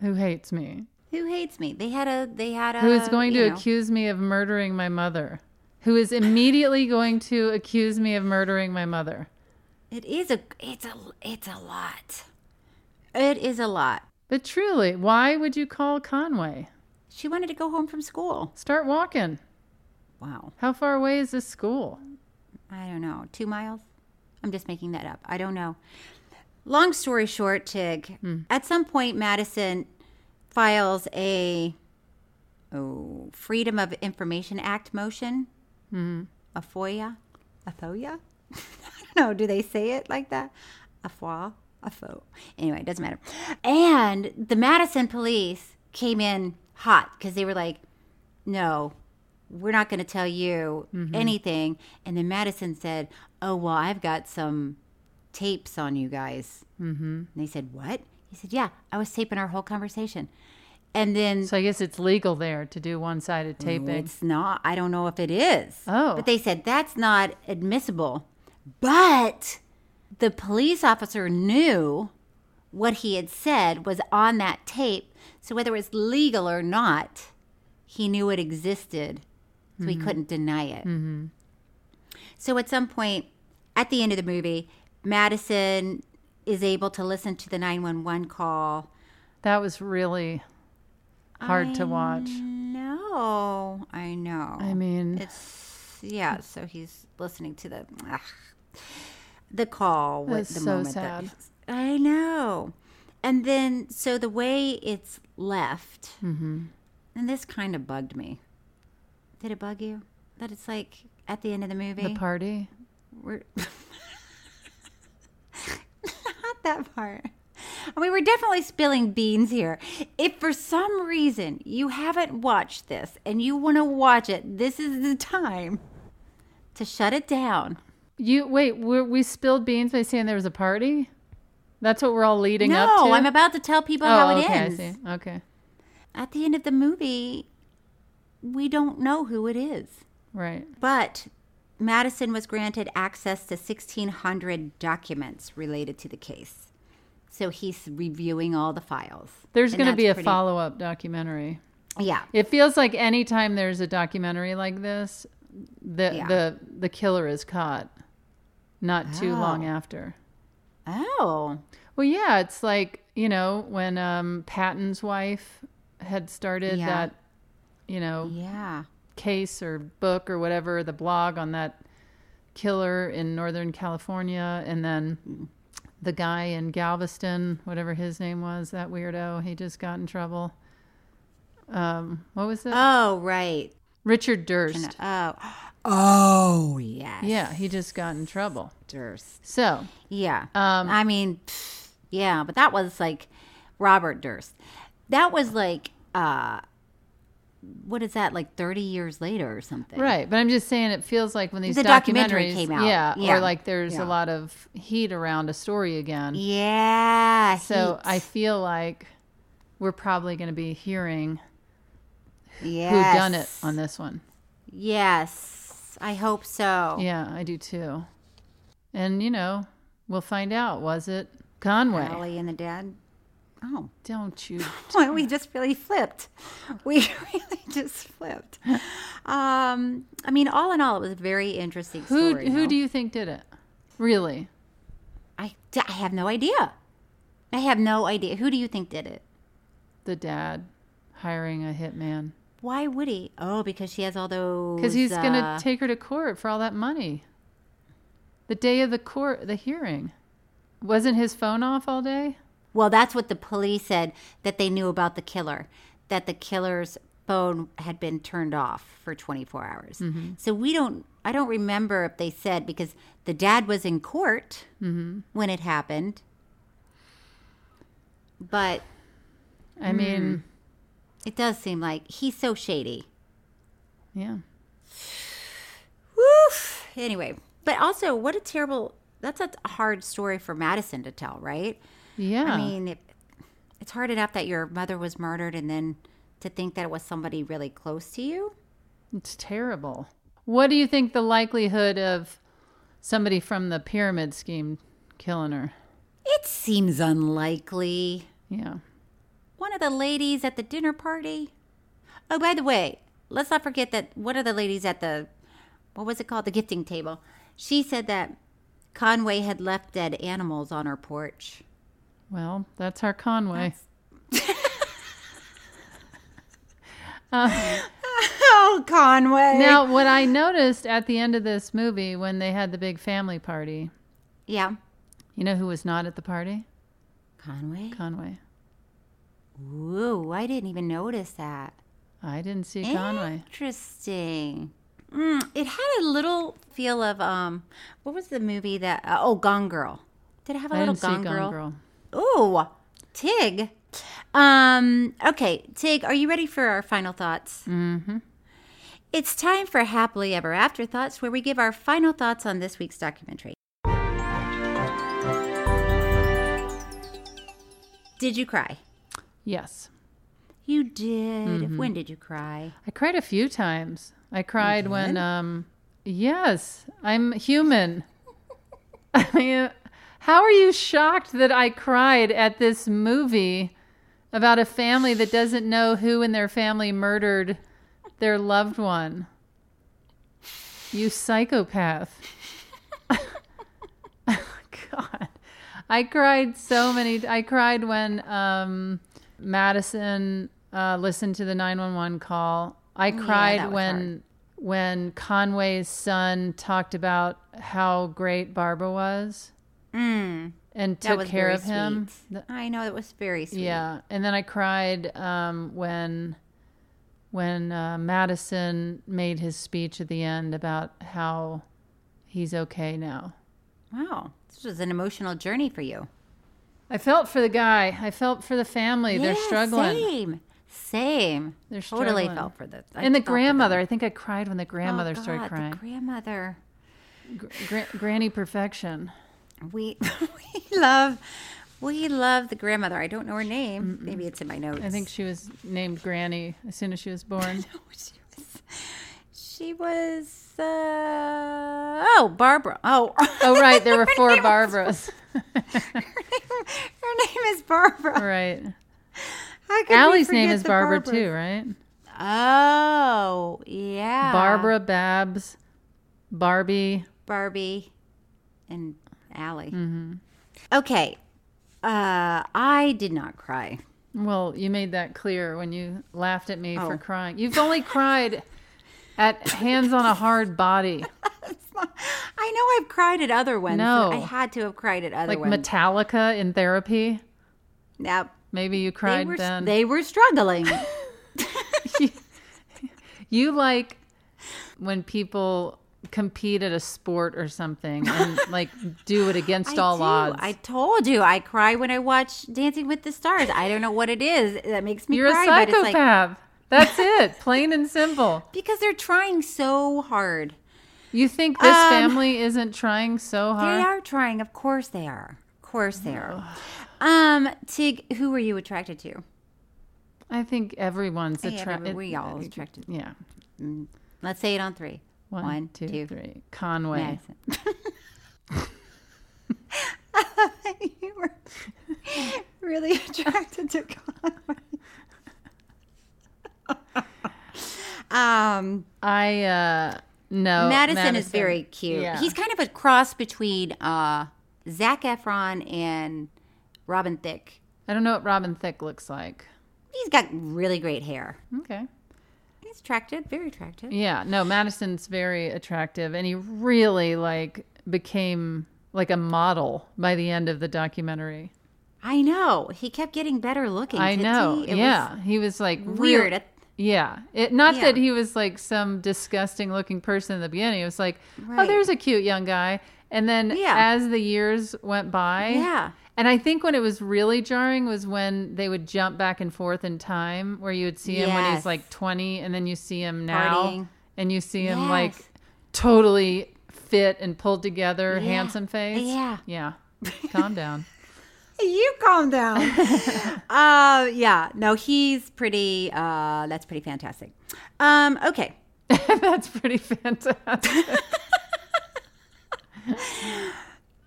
A: Who hates me?
B: Who hates me? They had a they had a
A: who is going
B: uh, you
A: to
B: know,
A: accuse me of murdering my mother, who is immediately going to accuse me of murdering my mother.
B: It is a it's a it's a lot. It is a lot.
A: But truly, why would you call Conway?
B: She wanted to go home from school.
A: Start walking.
B: Wow.
A: How far away is this school?
B: I don't know. 2 miles? I'm just making that up. I don't know. Long story short, Tig,
A: Hmm.
B: at some point Madison files a oh, Freedom of Information Act motion. A FOIA? Mm-hmm. A FOIA? I don't know. Do they say it like that? A FOIA? A FOIA? Anyway, it doesn't matter. And the Madison police came in hot because they were like, no, we're not going to tell you Mm-hmm. anything. And then Madison said, oh, well, I've got some tapes on you guys. Mm-hmm. And they said, what? He said, yeah, I was taping our whole conversation. And then
A: So I guess it's legal there to do one sided taping.
B: it's not. I don't know if it is.
A: Oh.
B: But they said that's not admissible. But the police officer knew what he had said was on that tape. So whether it's legal or not, he knew it existed. So
A: Mm-hmm.
B: he couldn't deny it. So at some point at the end of the movie, Madison is able to listen to the 911 call.
A: That was really hard to watch.
B: No, I know.
A: I mean,
B: It's yeah.
A: Hmm.
B: So he's listening to the ugh. the call with
A: That's
B: the
A: so
B: moment.
A: sad.
B: That, I know. And then so the way it's left,
A: Mm-hmm.
B: and this kind of bugged me. Did it bug you that it's like at the end of the movie?
A: the party.
B: we're not that part. we were definitely spilling beans here. If for some reason you haven't watched this and you want to watch it, this is the time to shut it down.
A: You wait. We're, we spilled beans by saying there was a party. That's what we're all leading
B: no,
A: up to.
B: I'm about to tell people
A: Oh,
B: how it
A: okay, I
B: ends.
A: see. Okay.
B: At the end of the movie, we don't know who it is.
A: Right.
B: But Madison was granted access to 1,600 documents related to the case. So he's reviewing all the files.
A: There's
B: And
A: going to
B: that's
A: be a
B: pretty-
A: follow up documentary.
B: Yeah.
A: It feels like anytime there's a documentary like this, the
B: Yeah.
A: the the killer is caught not too long
B: Oh.
A: after.
B: Oh.
A: Well, yeah, it's like, you know, when um Patton's wife had started
B: Yeah.
A: that, you know,
B: yeah,
A: case or book or whatever, the blog on that killer in Northern California and then the guy in Galveston, whatever his name was, that weirdo, he just got in trouble. Um, what was it?
B: Oh, right.
A: Richard Durst.
B: Oh. Oh, yes.
A: Yeah, he just got in trouble.
B: Durst.
A: So,
B: Yeah.
A: Um,
B: I mean, pfft, yeah, but that was like Robert Durst. That was like, uh, what is that, like 30 years later or something?
A: Right, but I'm just saying it feels like when these
B: The documentary
A: documentaries
B: came out.
A: yeah,
B: Yeah.
A: or like there's
B: Yeah.
A: a lot of heat around a story again.
B: Yeah.
A: So
B: heat.
A: I feel like we're probably going to be hearing
B: Yes.
A: who done it on this one.
B: Yes. I hope so.
A: Yeah, I do too. And you know, we'll find out. Was it Conway?
B: Allie and the dad. Oh.
A: Don't you?
B: Well, we just really flipped. We really just flipped. Um, I mean, all in all, it was a very interesting
A: Who
B: story.
A: who
B: no?
A: do you think did it? Really?
B: I, I have no idea. I have no idea. Who do you think did it?
A: The dad hiring a hitman
B: Why would he? Oh, because she has all those.
A: because he's going to
B: uh,
A: take her to court for all that money. The day of the court, the hearing, wasn't his phone off all day?
B: Well, that's what the police said that they knew about the killer, that the killer's phone had been turned off for 24 hours.
A: Mhm.
B: So we don't, I don't remember if they said because the dad was in court
A: Mhm.
B: when it happened. But
A: I
B: Hmm.
A: mean,
B: it does seem like he's so shady.
A: yeah.
B: Woof. Anyway, but also, what a terrible, that's a hard story for Madison to tell, right?
A: Yeah.
B: I mean, it, it's hard enough that your mother was murdered and then to think that it was somebody really close to you.
A: It's terrible. What do you think the likelihood of somebody from the pyramid scheme killing her?
B: It seems unlikely.
A: Yeah.
B: One of the ladies at the dinner party. Oh, by the way, let's not forget that one of the ladies at the, what was it called? The gifting table. She said that Conway had left dead animals on her porch.
A: Well, that's our Conway. um,
B: Oh, Conway.
A: now, what I noticed at the end of this movie when they had the big family party,
B: Yeah.
A: you know who was not at the party?
B: Conway?
A: Conway.
B: Ooh, I didn't even notice that.
A: I didn't see
B: Eh?
A: Conway.
B: Interesting. Mm, it had a little feel of um, what was the movie that? Uh, oh, Gone Girl. Did it have a
A: I
B: little
A: didn't see Gone Girl.
B: Ooh, Tig. Um, okay, Tig, are you ready for our final thoughts?
A: Mm-hmm.
B: It's time for Happily Ever After Thoughts, where we give our final thoughts on this week's documentary. Did you cry?
A: Yes.
B: You did.
A: Mhm.
B: When did you cry?
A: I cried a few times. I cried when um yes, I'm human. I mean, how are you shocked that I cried at this movie about a family that doesn't know who in their family murdered their loved one? You psychopath. Oh, God. I cried so many. I cried when um, Madison uh, listened to the 911 call. I
B: yeah,
A: cried
B: that was
A: when when Conway's son talked about how great Barbara was
B: Mm.
A: and
B: That
A: took
B: was
A: care
B: very
A: of him.
B: sweet. I know it was very sweet.
A: Yeah, and then I cried um, when when uh, Madison made his speech at the end about how he's okay now.
B: Wow. This was an emotional journey for you.
A: I felt for the guy. I felt for the family. They're
B: Yeah,
A: struggling.
B: Same. Same.
A: They're
B: totally
A: struggling.
B: felt for this. I
A: and the
B: felt for
A: grandmother.
B: them.
A: I think I cried when the grandmother
B: oh,
A: started
B: God,
A: crying.
B: The grandmother.
A: Gra- Granny Perfection.
B: We we love we love the grandmother. I don't know her name. Maybe it's in my notes.
A: I think she was named Granny as soon as she was born.
B: she was. Uh, oh, Barbara. Oh,
A: Oh, right. There were
B: Her
A: four
B: name was-
A: Barbaras.
B: her name is Barbara.
A: Right.
B: How could we
A: Allie's name
B: forget
A: is
B: the
A: Barbara,
B: Barbaras?
A: too, right?
B: Oh, yeah.
A: Barbara, Babs, Barbie.
B: Barbie, and Allie.
A: Mm-hmm.
B: Okay. Uh, I did not cry.
A: Well, you made that clear when you laughed at me for
B: Oh.
A: crying. You've only cried at Hands on a Hard Body,
B: I know I've cried at other ones.
A: No.
B: I had to have cried at other
A: like
B: ones.
A: Metallica in therapy.
B: Yep.
A: Maybe you
B: They
A: cried
B: were,
A: then.
B: they were struggling.
A: You like when people compete at a sport or something and like do it against all
B: do.
A: odds.
B: I told you I cry when I watch Dancing with the Stars. I don't know what it is that makes me
A: You're
B: cry.
A: a
B: But it's like,
A: psychopath. That's it, plain and simple.
B: because they're trying so hard.
A: You think this
B: Um,
A: family isn't trying so
B: They
A: hard?
B: are trying. Of course they are. Of course they are. Um, Tig, who were you attracted to?
A: I think everyone's
B: Hey,
A: attracted.
B: everyone, we all is attracted.
A: Yeah.
B: Let's say it on three.
A: One, two, three. Conway.
B: Madison. you were really attracted to Conway. um,
A: I uh no.
B: Madison, is very cute.
A: Yeah.
B: He's kind of a cross between uh, Zach Efron and Robin Thicke.
A: I don't know what Robin Thicke looks like.
B: He's got really great hair.
A: Okay.
B: He's attractive, very attractive.
A: Yeah, no, Madison's very attractive and he really like became like a model by the end of the documentary.
B: I know. He kept getting better looking.
A: I
B: Tootsie.
A: know.
B: It was
A: yeah, he was like real-
B: weird. At-
A: yeah, it not
B: Yeah.
A: that he was like some disgusting looking person in the beginning. It was like, oh,
B: Right.
A: there's a cute young guy, and then
B: Yeah.
A: as the years went by,
B: Yeah.
A: And I think when it was really jarring was when they would jump back and forth in time, where you would see him when he's
B: Yes.
A: like 20, and then you see him now,
B: Partying.
A: and you see him like
B: Yes.
A: totally fit and pulled together,
B: Yeah.
A: handsome face.
B: Yeah.
A: yeah. Calm down.
B: You calm down. uh, yeah, no, he's pretty. Uh, that's pretty fantastic. Um, okay,
A: That's pretty fantastic.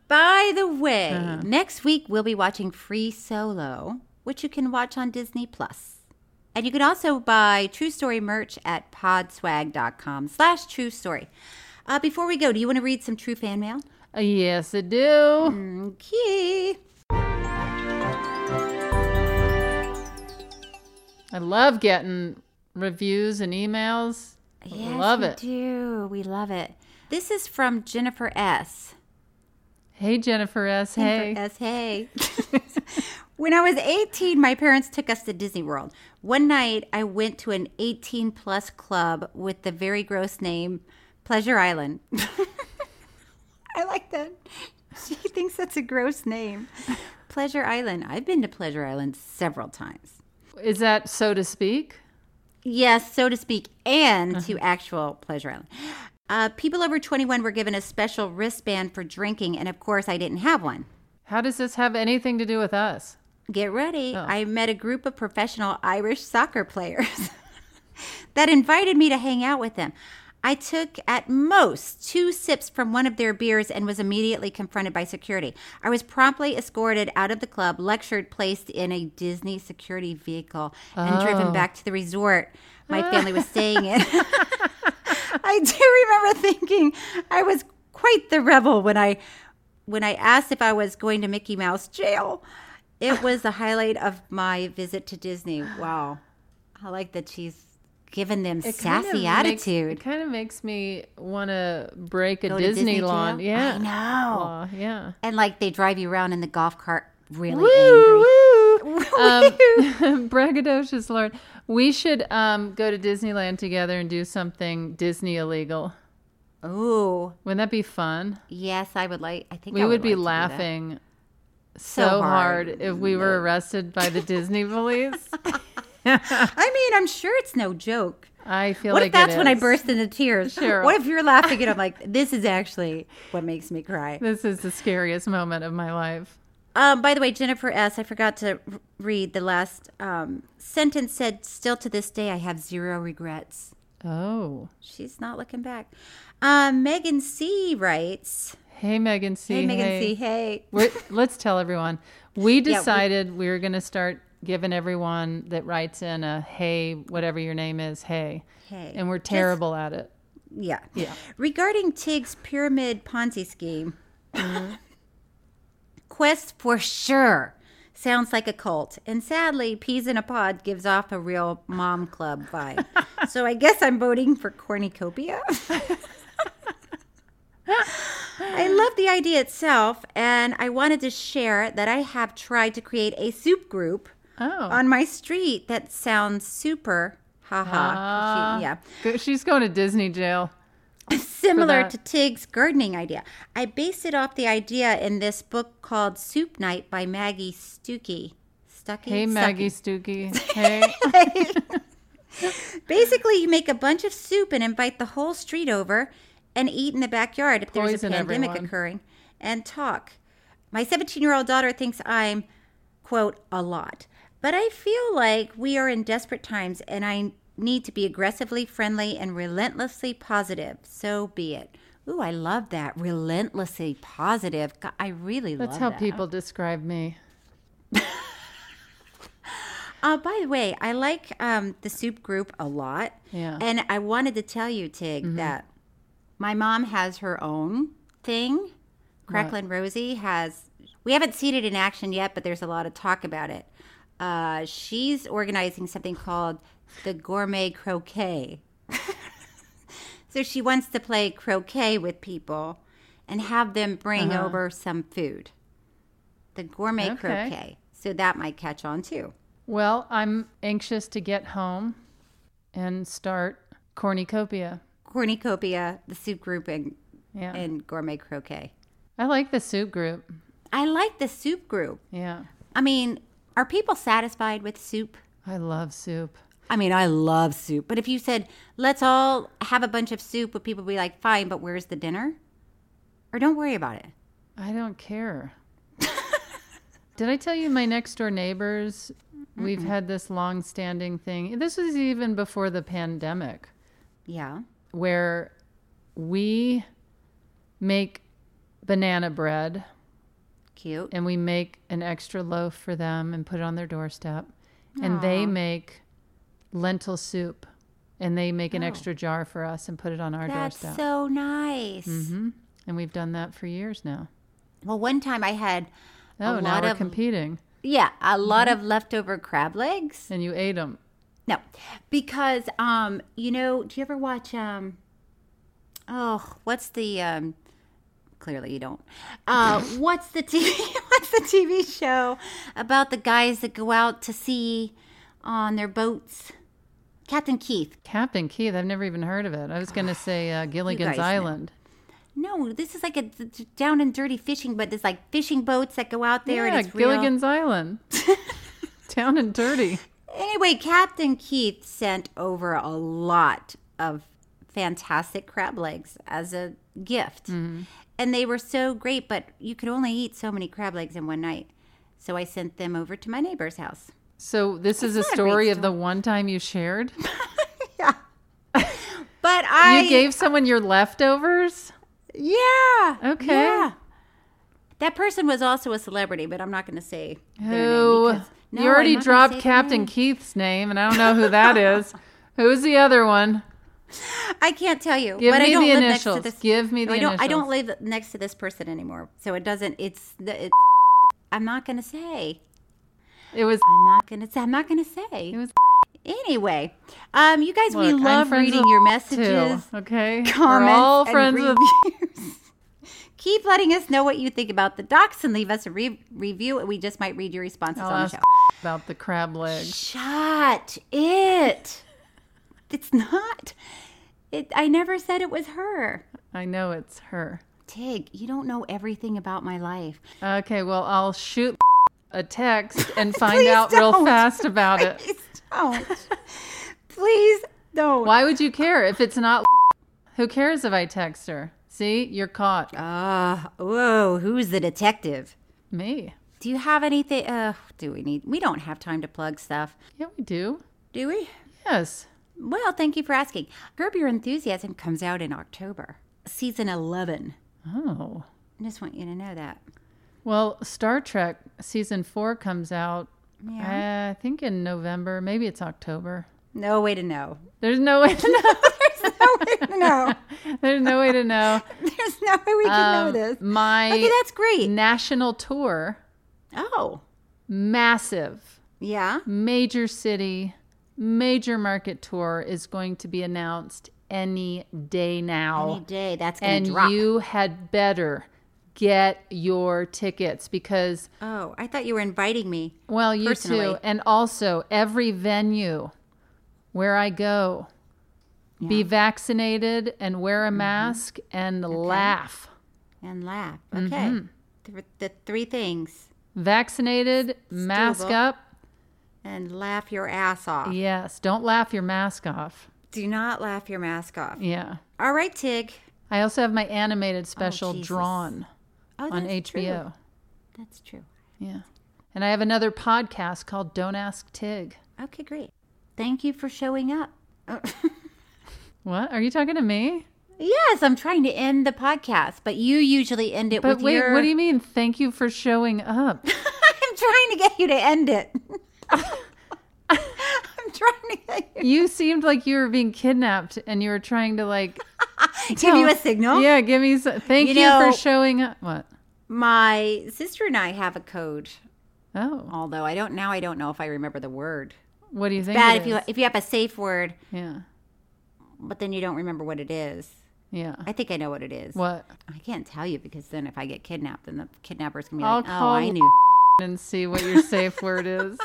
B: by the way,
A: Uh-huh.
B: next week we'll be watching Free Solo, which you can watch on Disney Plus. And you can also buy True Story merch at podswag.com slash true story. Uh, before we go, do you want to read some true fan mail?
A: Uh, yes, I do.
B: Okay.
A: I love getting reviews and emails.
B: Yes,
A: love
B: we
A: it.
B: do. We love it. This is from Jennifer S.
A: Hey, Jennifer S. Hey.
B: Jennifer S. Hey. when I was 18, my parents took us to Disney World. One night, I went to an 18 plus club with the very gross name Pleasure Island. I like that. She thinks that's a gross name. Pleasure Island. I've been to Pleasure Island several times.
A: Is that so to speak?
B: Yes, so to speak, and to actual Pleasure Island. Uh, people over 21 were given a special wristband for drinking, and of course, I didn't have one.
A: How does this have anything to do with us?
B: Get ready. I met a group of professional Irish soccer players that invited me to hang out with them. I took at most two sips from one of their beers and was immediately confronted by security. I was promptly escorted out of the club, lectured, placed in a Disney security vehicle, and driven back to the resort my family was staying in. I do remember thinking I was quite the rebel when I when I asked if I was going to Mickey Mouse jail. It was the highlight of my visit to Disney. Wow. I like that she's given them sassy attitude.
A: it kind of makes me want to break a
B: Go to
A: Disney,
B: Disney
A: lawn.
B: Channel?
A: Yeah.
B: I know.
A: Aw, yeah.
B: and like they drive you around in the golf cart really angry.
A: Woo, woo. Um, braggadocious Lord. We should um, go to Disneyland together and do something Disney illegal.
B: Oh,
A: Wouldn't that be fun?
B: yes, I would like I think
A: We
B: I
A: would,
B: like to do
A: be
B: that.
A: laughing so, hard. if we were arrested by the Disney police.
B: I mean, I'm sure it's no joke.
A: I feel
B: what
A: like
B: if that's
A: it
B: when I
A: is.
B: burst into tears?
A: Sure.
B: What if you're laughing and I'm like, this is actually what makes me cry?
A: This is the scariest moment of my life.
B: Um, by the way, Jennifer S., I forgot to r- read the last um, sentence said, Still to this day, I have zero regrets.
A: Oh.
B: She's not looking back. Um, Megan C. writes,
A: Hey, Megan C.
B: Hey, Megan C. Hey.
A: We're, let's tell everyone. We
B: we-
A: decided we, were going to start giving everyone that writes in a hey, whatever your name is, hey.
B: Hey.
A: And we're
B: Just-
A: terrible at it.
B: Yeah.
A: Yeah.
B: Regarding Tig's pyramid Ponzi scheme,
A: Mm-hmm.
B: Quest for sure sounds like a cult. And sadly, Peas in a Pod gives off a real mom club vibe. so I guess I'm voting for Cornucopia. I love the idea itself, and I wanted to share that I have tried to create a soup group
A: Oh.
B: on my street that sounds super. Haha. ha.
A: Ah.
B: She- yeah
A: Go- She's going to Disney jail.
B: similar
A: that.
B: to Tig's gardening idea. I based it off the idea in this book called Soup Night by Maggie Stuckey. Stuckey?
A: Hey,
B: Stuckey.
A: Maggie Stuckey. Hey.
B: Basically, you make a bunch of soup and invite the whole street over and eat in the backyard if there's a
A: Poison
B: pandemic
A: everyone.
B: occurring and talk. My 17 year old daughter thinks I'm, quote, a lot. But I feel like we are in desperate times and I need to be aggressively friendly and relentlessly positive. So be it. Ooh, I love that. Relentlessly positive. God, I really
A: That's
B: love
A: how
B: that.
A: people describe me.
B: Uh, by the way, I like um, the soup group a lot.
A: Yeah. Mm-hmm.
B: And I wanted to tell you, Tig, that my mom has her own thing. Crackle and Rosie has, we haven't seen it in action yet, but there's a lot of talk about it. Uh, she's organizing something called the Gourmet Croquet. so she wants to play croquet with people and have them bring
A: Uh-huh.
B: over some food. The Gourmet
A: Okay.
B: Croquet. So that might catch on too.
A: Well, I'm anxious to get home and start cornucopia.
B: cornucopia, the soup group, and
A: Yeah.
B: and gourmet croquet.
A: I like the soup group.
B: I like the soup group.
A: Yeah.
B: I mean, are people satisfied with soup?
A: I love soup.
B: I mean, I love soup, but if you said let's all have a bunch of soup, would people be like, fine? But where's the dinner? Or don't worry about it.
A: I don't care. Did I tell you my next door neighbors? We've had this long standing thing. This was even before the pandemic.
B: Yeah.
A: where we make banana bread
B: Cute.
A: and we make an extra loaf for them and put it on their doorstep. And they make lentil soup and they make an extra jar for us and put it on our
B: Oh. That's
A: doorstep.
B: so nice.
A: hmm And we've done that for years now.
B: Well, one time I had
A: Oh,
B: a
A: now
B: lot
A: we're
B: of
A: competing. Mm-hmm.
B: yeah, a lot of leftover crab legs.
A: And you ate them.
B: No, because um, you know, do you ever watch um, oh, what's the um, clearly you don't. Uh, what's the TV? What's the TV show about the guys that go out to sea on their boats? Captain Keith.
A: Captain Keith, I've never even heard of it. I was going to say uh,
B: guys
A: Gilligan's
B: know.
A: Island.
B: No, this is like a d- d- down and dirty fishing, but there's like fishing boats that go out there
A: yeah,
B: and it's real.
A: Gilligan's Island. Down and dirty.
B: Anyway, Captain Keith sent over a lot of fantastic crab legs as a gift.
A: Mm-hmm.
B: And they were so great, but you could only eat so many crab legs in one night. So I sent them over to my neighbor's house.
A: So this is a
B: not a great
A: story of the one time you shared.
B: But I
A: you gave someone your leftovers.
B: Yeah.
A: Okay.
B: yeah. That person was also a celebrity, but I'm not going to say their name
A: Who?
B: because- No,
A: Oh, you
B: I'm
A: already
B: not gonna
A: dropped
B: say their
A: Captain
B: name.
A: Keith's name, and I don't know who that is. Who's the other one?
B: I can't tell you.
A: Give
B: but I
A: me
B: don't
A: the
B: live
A: initials.
B: Next to this,
A: Give me the
B: I don't, I don't
A: initials.
B: live next to this person anymore, so it doesn't. It's the. It, I'm not gonna say.
A: It was.
B: I'm not gonna say. I'm not gonna say.
A: It was.
B: Anyway, um, you guys, we
A: Look, I'm
B: love
A: friends
B: reading
A: with
B: your
A: too,
B: messages,
A: okay. We're
B: comments,
A: all
B: and
A: friends with.
B: reviews. Keep letting us know what you think about the docs and leave us a re- review. We just might read your responses
A: I'll
B: on the
A: ask
B: show.
A: about the crab legs.
B: Shut it. It's not. It. I never said it was her.
A: I know it's her.
B: Tig, you don't know everything about my life.
A: Okay, well, I'll shoot a text and find out real
B: don't.
A: fast about it.
B: Don't. Please don't.
A: Why would you care if it's not? Who cares if I text her? See, you're caught.
B: Ah, whoa, who's the detective?
A: Me.
B: Do you have anything? Uh, do we need? We don't have time to plug stuff.
A: Yeah, we do.
B: Do we?
A: Yes.
B: Well, thank you for asking. Curb Your Enthusiasm comes out in October, season 11.
A: Oh.
B: I just want you to know that.
A: Well, Star Trek season four comes out.
B: Yeah.
A: uh, I think in November. Maybe it's October.
B: No way to know.
A: There's no way to know.
B: No way to know.
A: There's no way to know.
B: There's no way we can know
A: Um,
B: this.
A: My
B: Okay, that's great.
A: national tour,
B: Oh,
A: massive,
B: yeah.
A: major city, major market tour is going to be announced any day now.
B: Any day that's gonna
A: and
B: drop.
A: you had better get your tickets because
B: oh, I thought you were inviting me.
A: well you
B: Personally.
A: too and also every venue where i go be vaccinated and wear a
B: Mm-hmm.
A: mask and laugh
B: And laugh. Okay.
A: Mm-hmm.
B: Th- the three things.
A: vaccinated mask
B: doable. Ah.
A: up
B: And laugh your ass off.
A: yes don't laugh your mask off
B: Do not laugh your mask off.
A: yeah
B: All right, Tig.
A: i also have my animated special
B: Oh, Jesus.
A: drawn
B: Oh,
A: on
B: that's true.
A: hbo
B: That's true.
A: yeah and i have another podcast called don't ask tig
B: Okay, great. Thank you for showing up. Uh,
A: what are you talking to me
B: yes, I'm trying to end the podcast, but you usually end it
A: But
B: with
A: wait,
B: your.
A: what do you mean? Thank you for showing up.
B: I'm trying to get you to end it. I'm trying to get you.
A: you seemed like you were being kidnapped, and you were trying to like oh,
B: Give you a signal.
A: Yeah, give me. Some, thank you,
B: You know-
A: for showing up. What?
B: My sister and I have a code,
A: Oh,
B: although I don't now. I don't know if I remember the word.
A: what do you think?
B: Bad
A: it
B: if you
A: is?
B: if you have a safe word,
A: yeah,
B: but then you don't remember what it is.
A: yeah.
B: I think I know what it is.
A: Uh. What?
B: I can't tell you because then if I get kidnapped, then the kidnapper's gonna be
A: I'll
B: like, "Oh,
A: call
B: I
A: the
B: knew."
A: and see what your safe word is.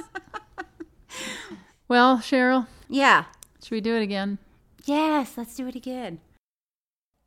A: Well, Cheryl,
B: Yeah.
A: should we do it again?
B: Yes, let's do it again.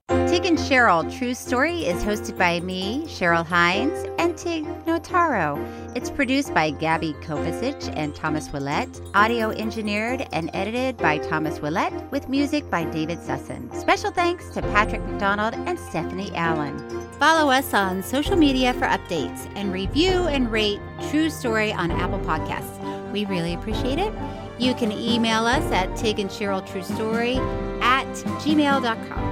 B: Tig and Cheryl True Story is hosted by me, Cheryl Hines, and Tig Notaro. It's produced by Gabby Kovacic and Thomas Willett, audio engineered and edited by Thomas Willett, with music by David Sussin. Special thanks to Patrick McDonald and Stephanie Allen. Follow us on social media for updates and review and rate True Story on Apple Podcasts. We really appreciate it. You can email us at Tig and Cheryl True Story at gmail.com.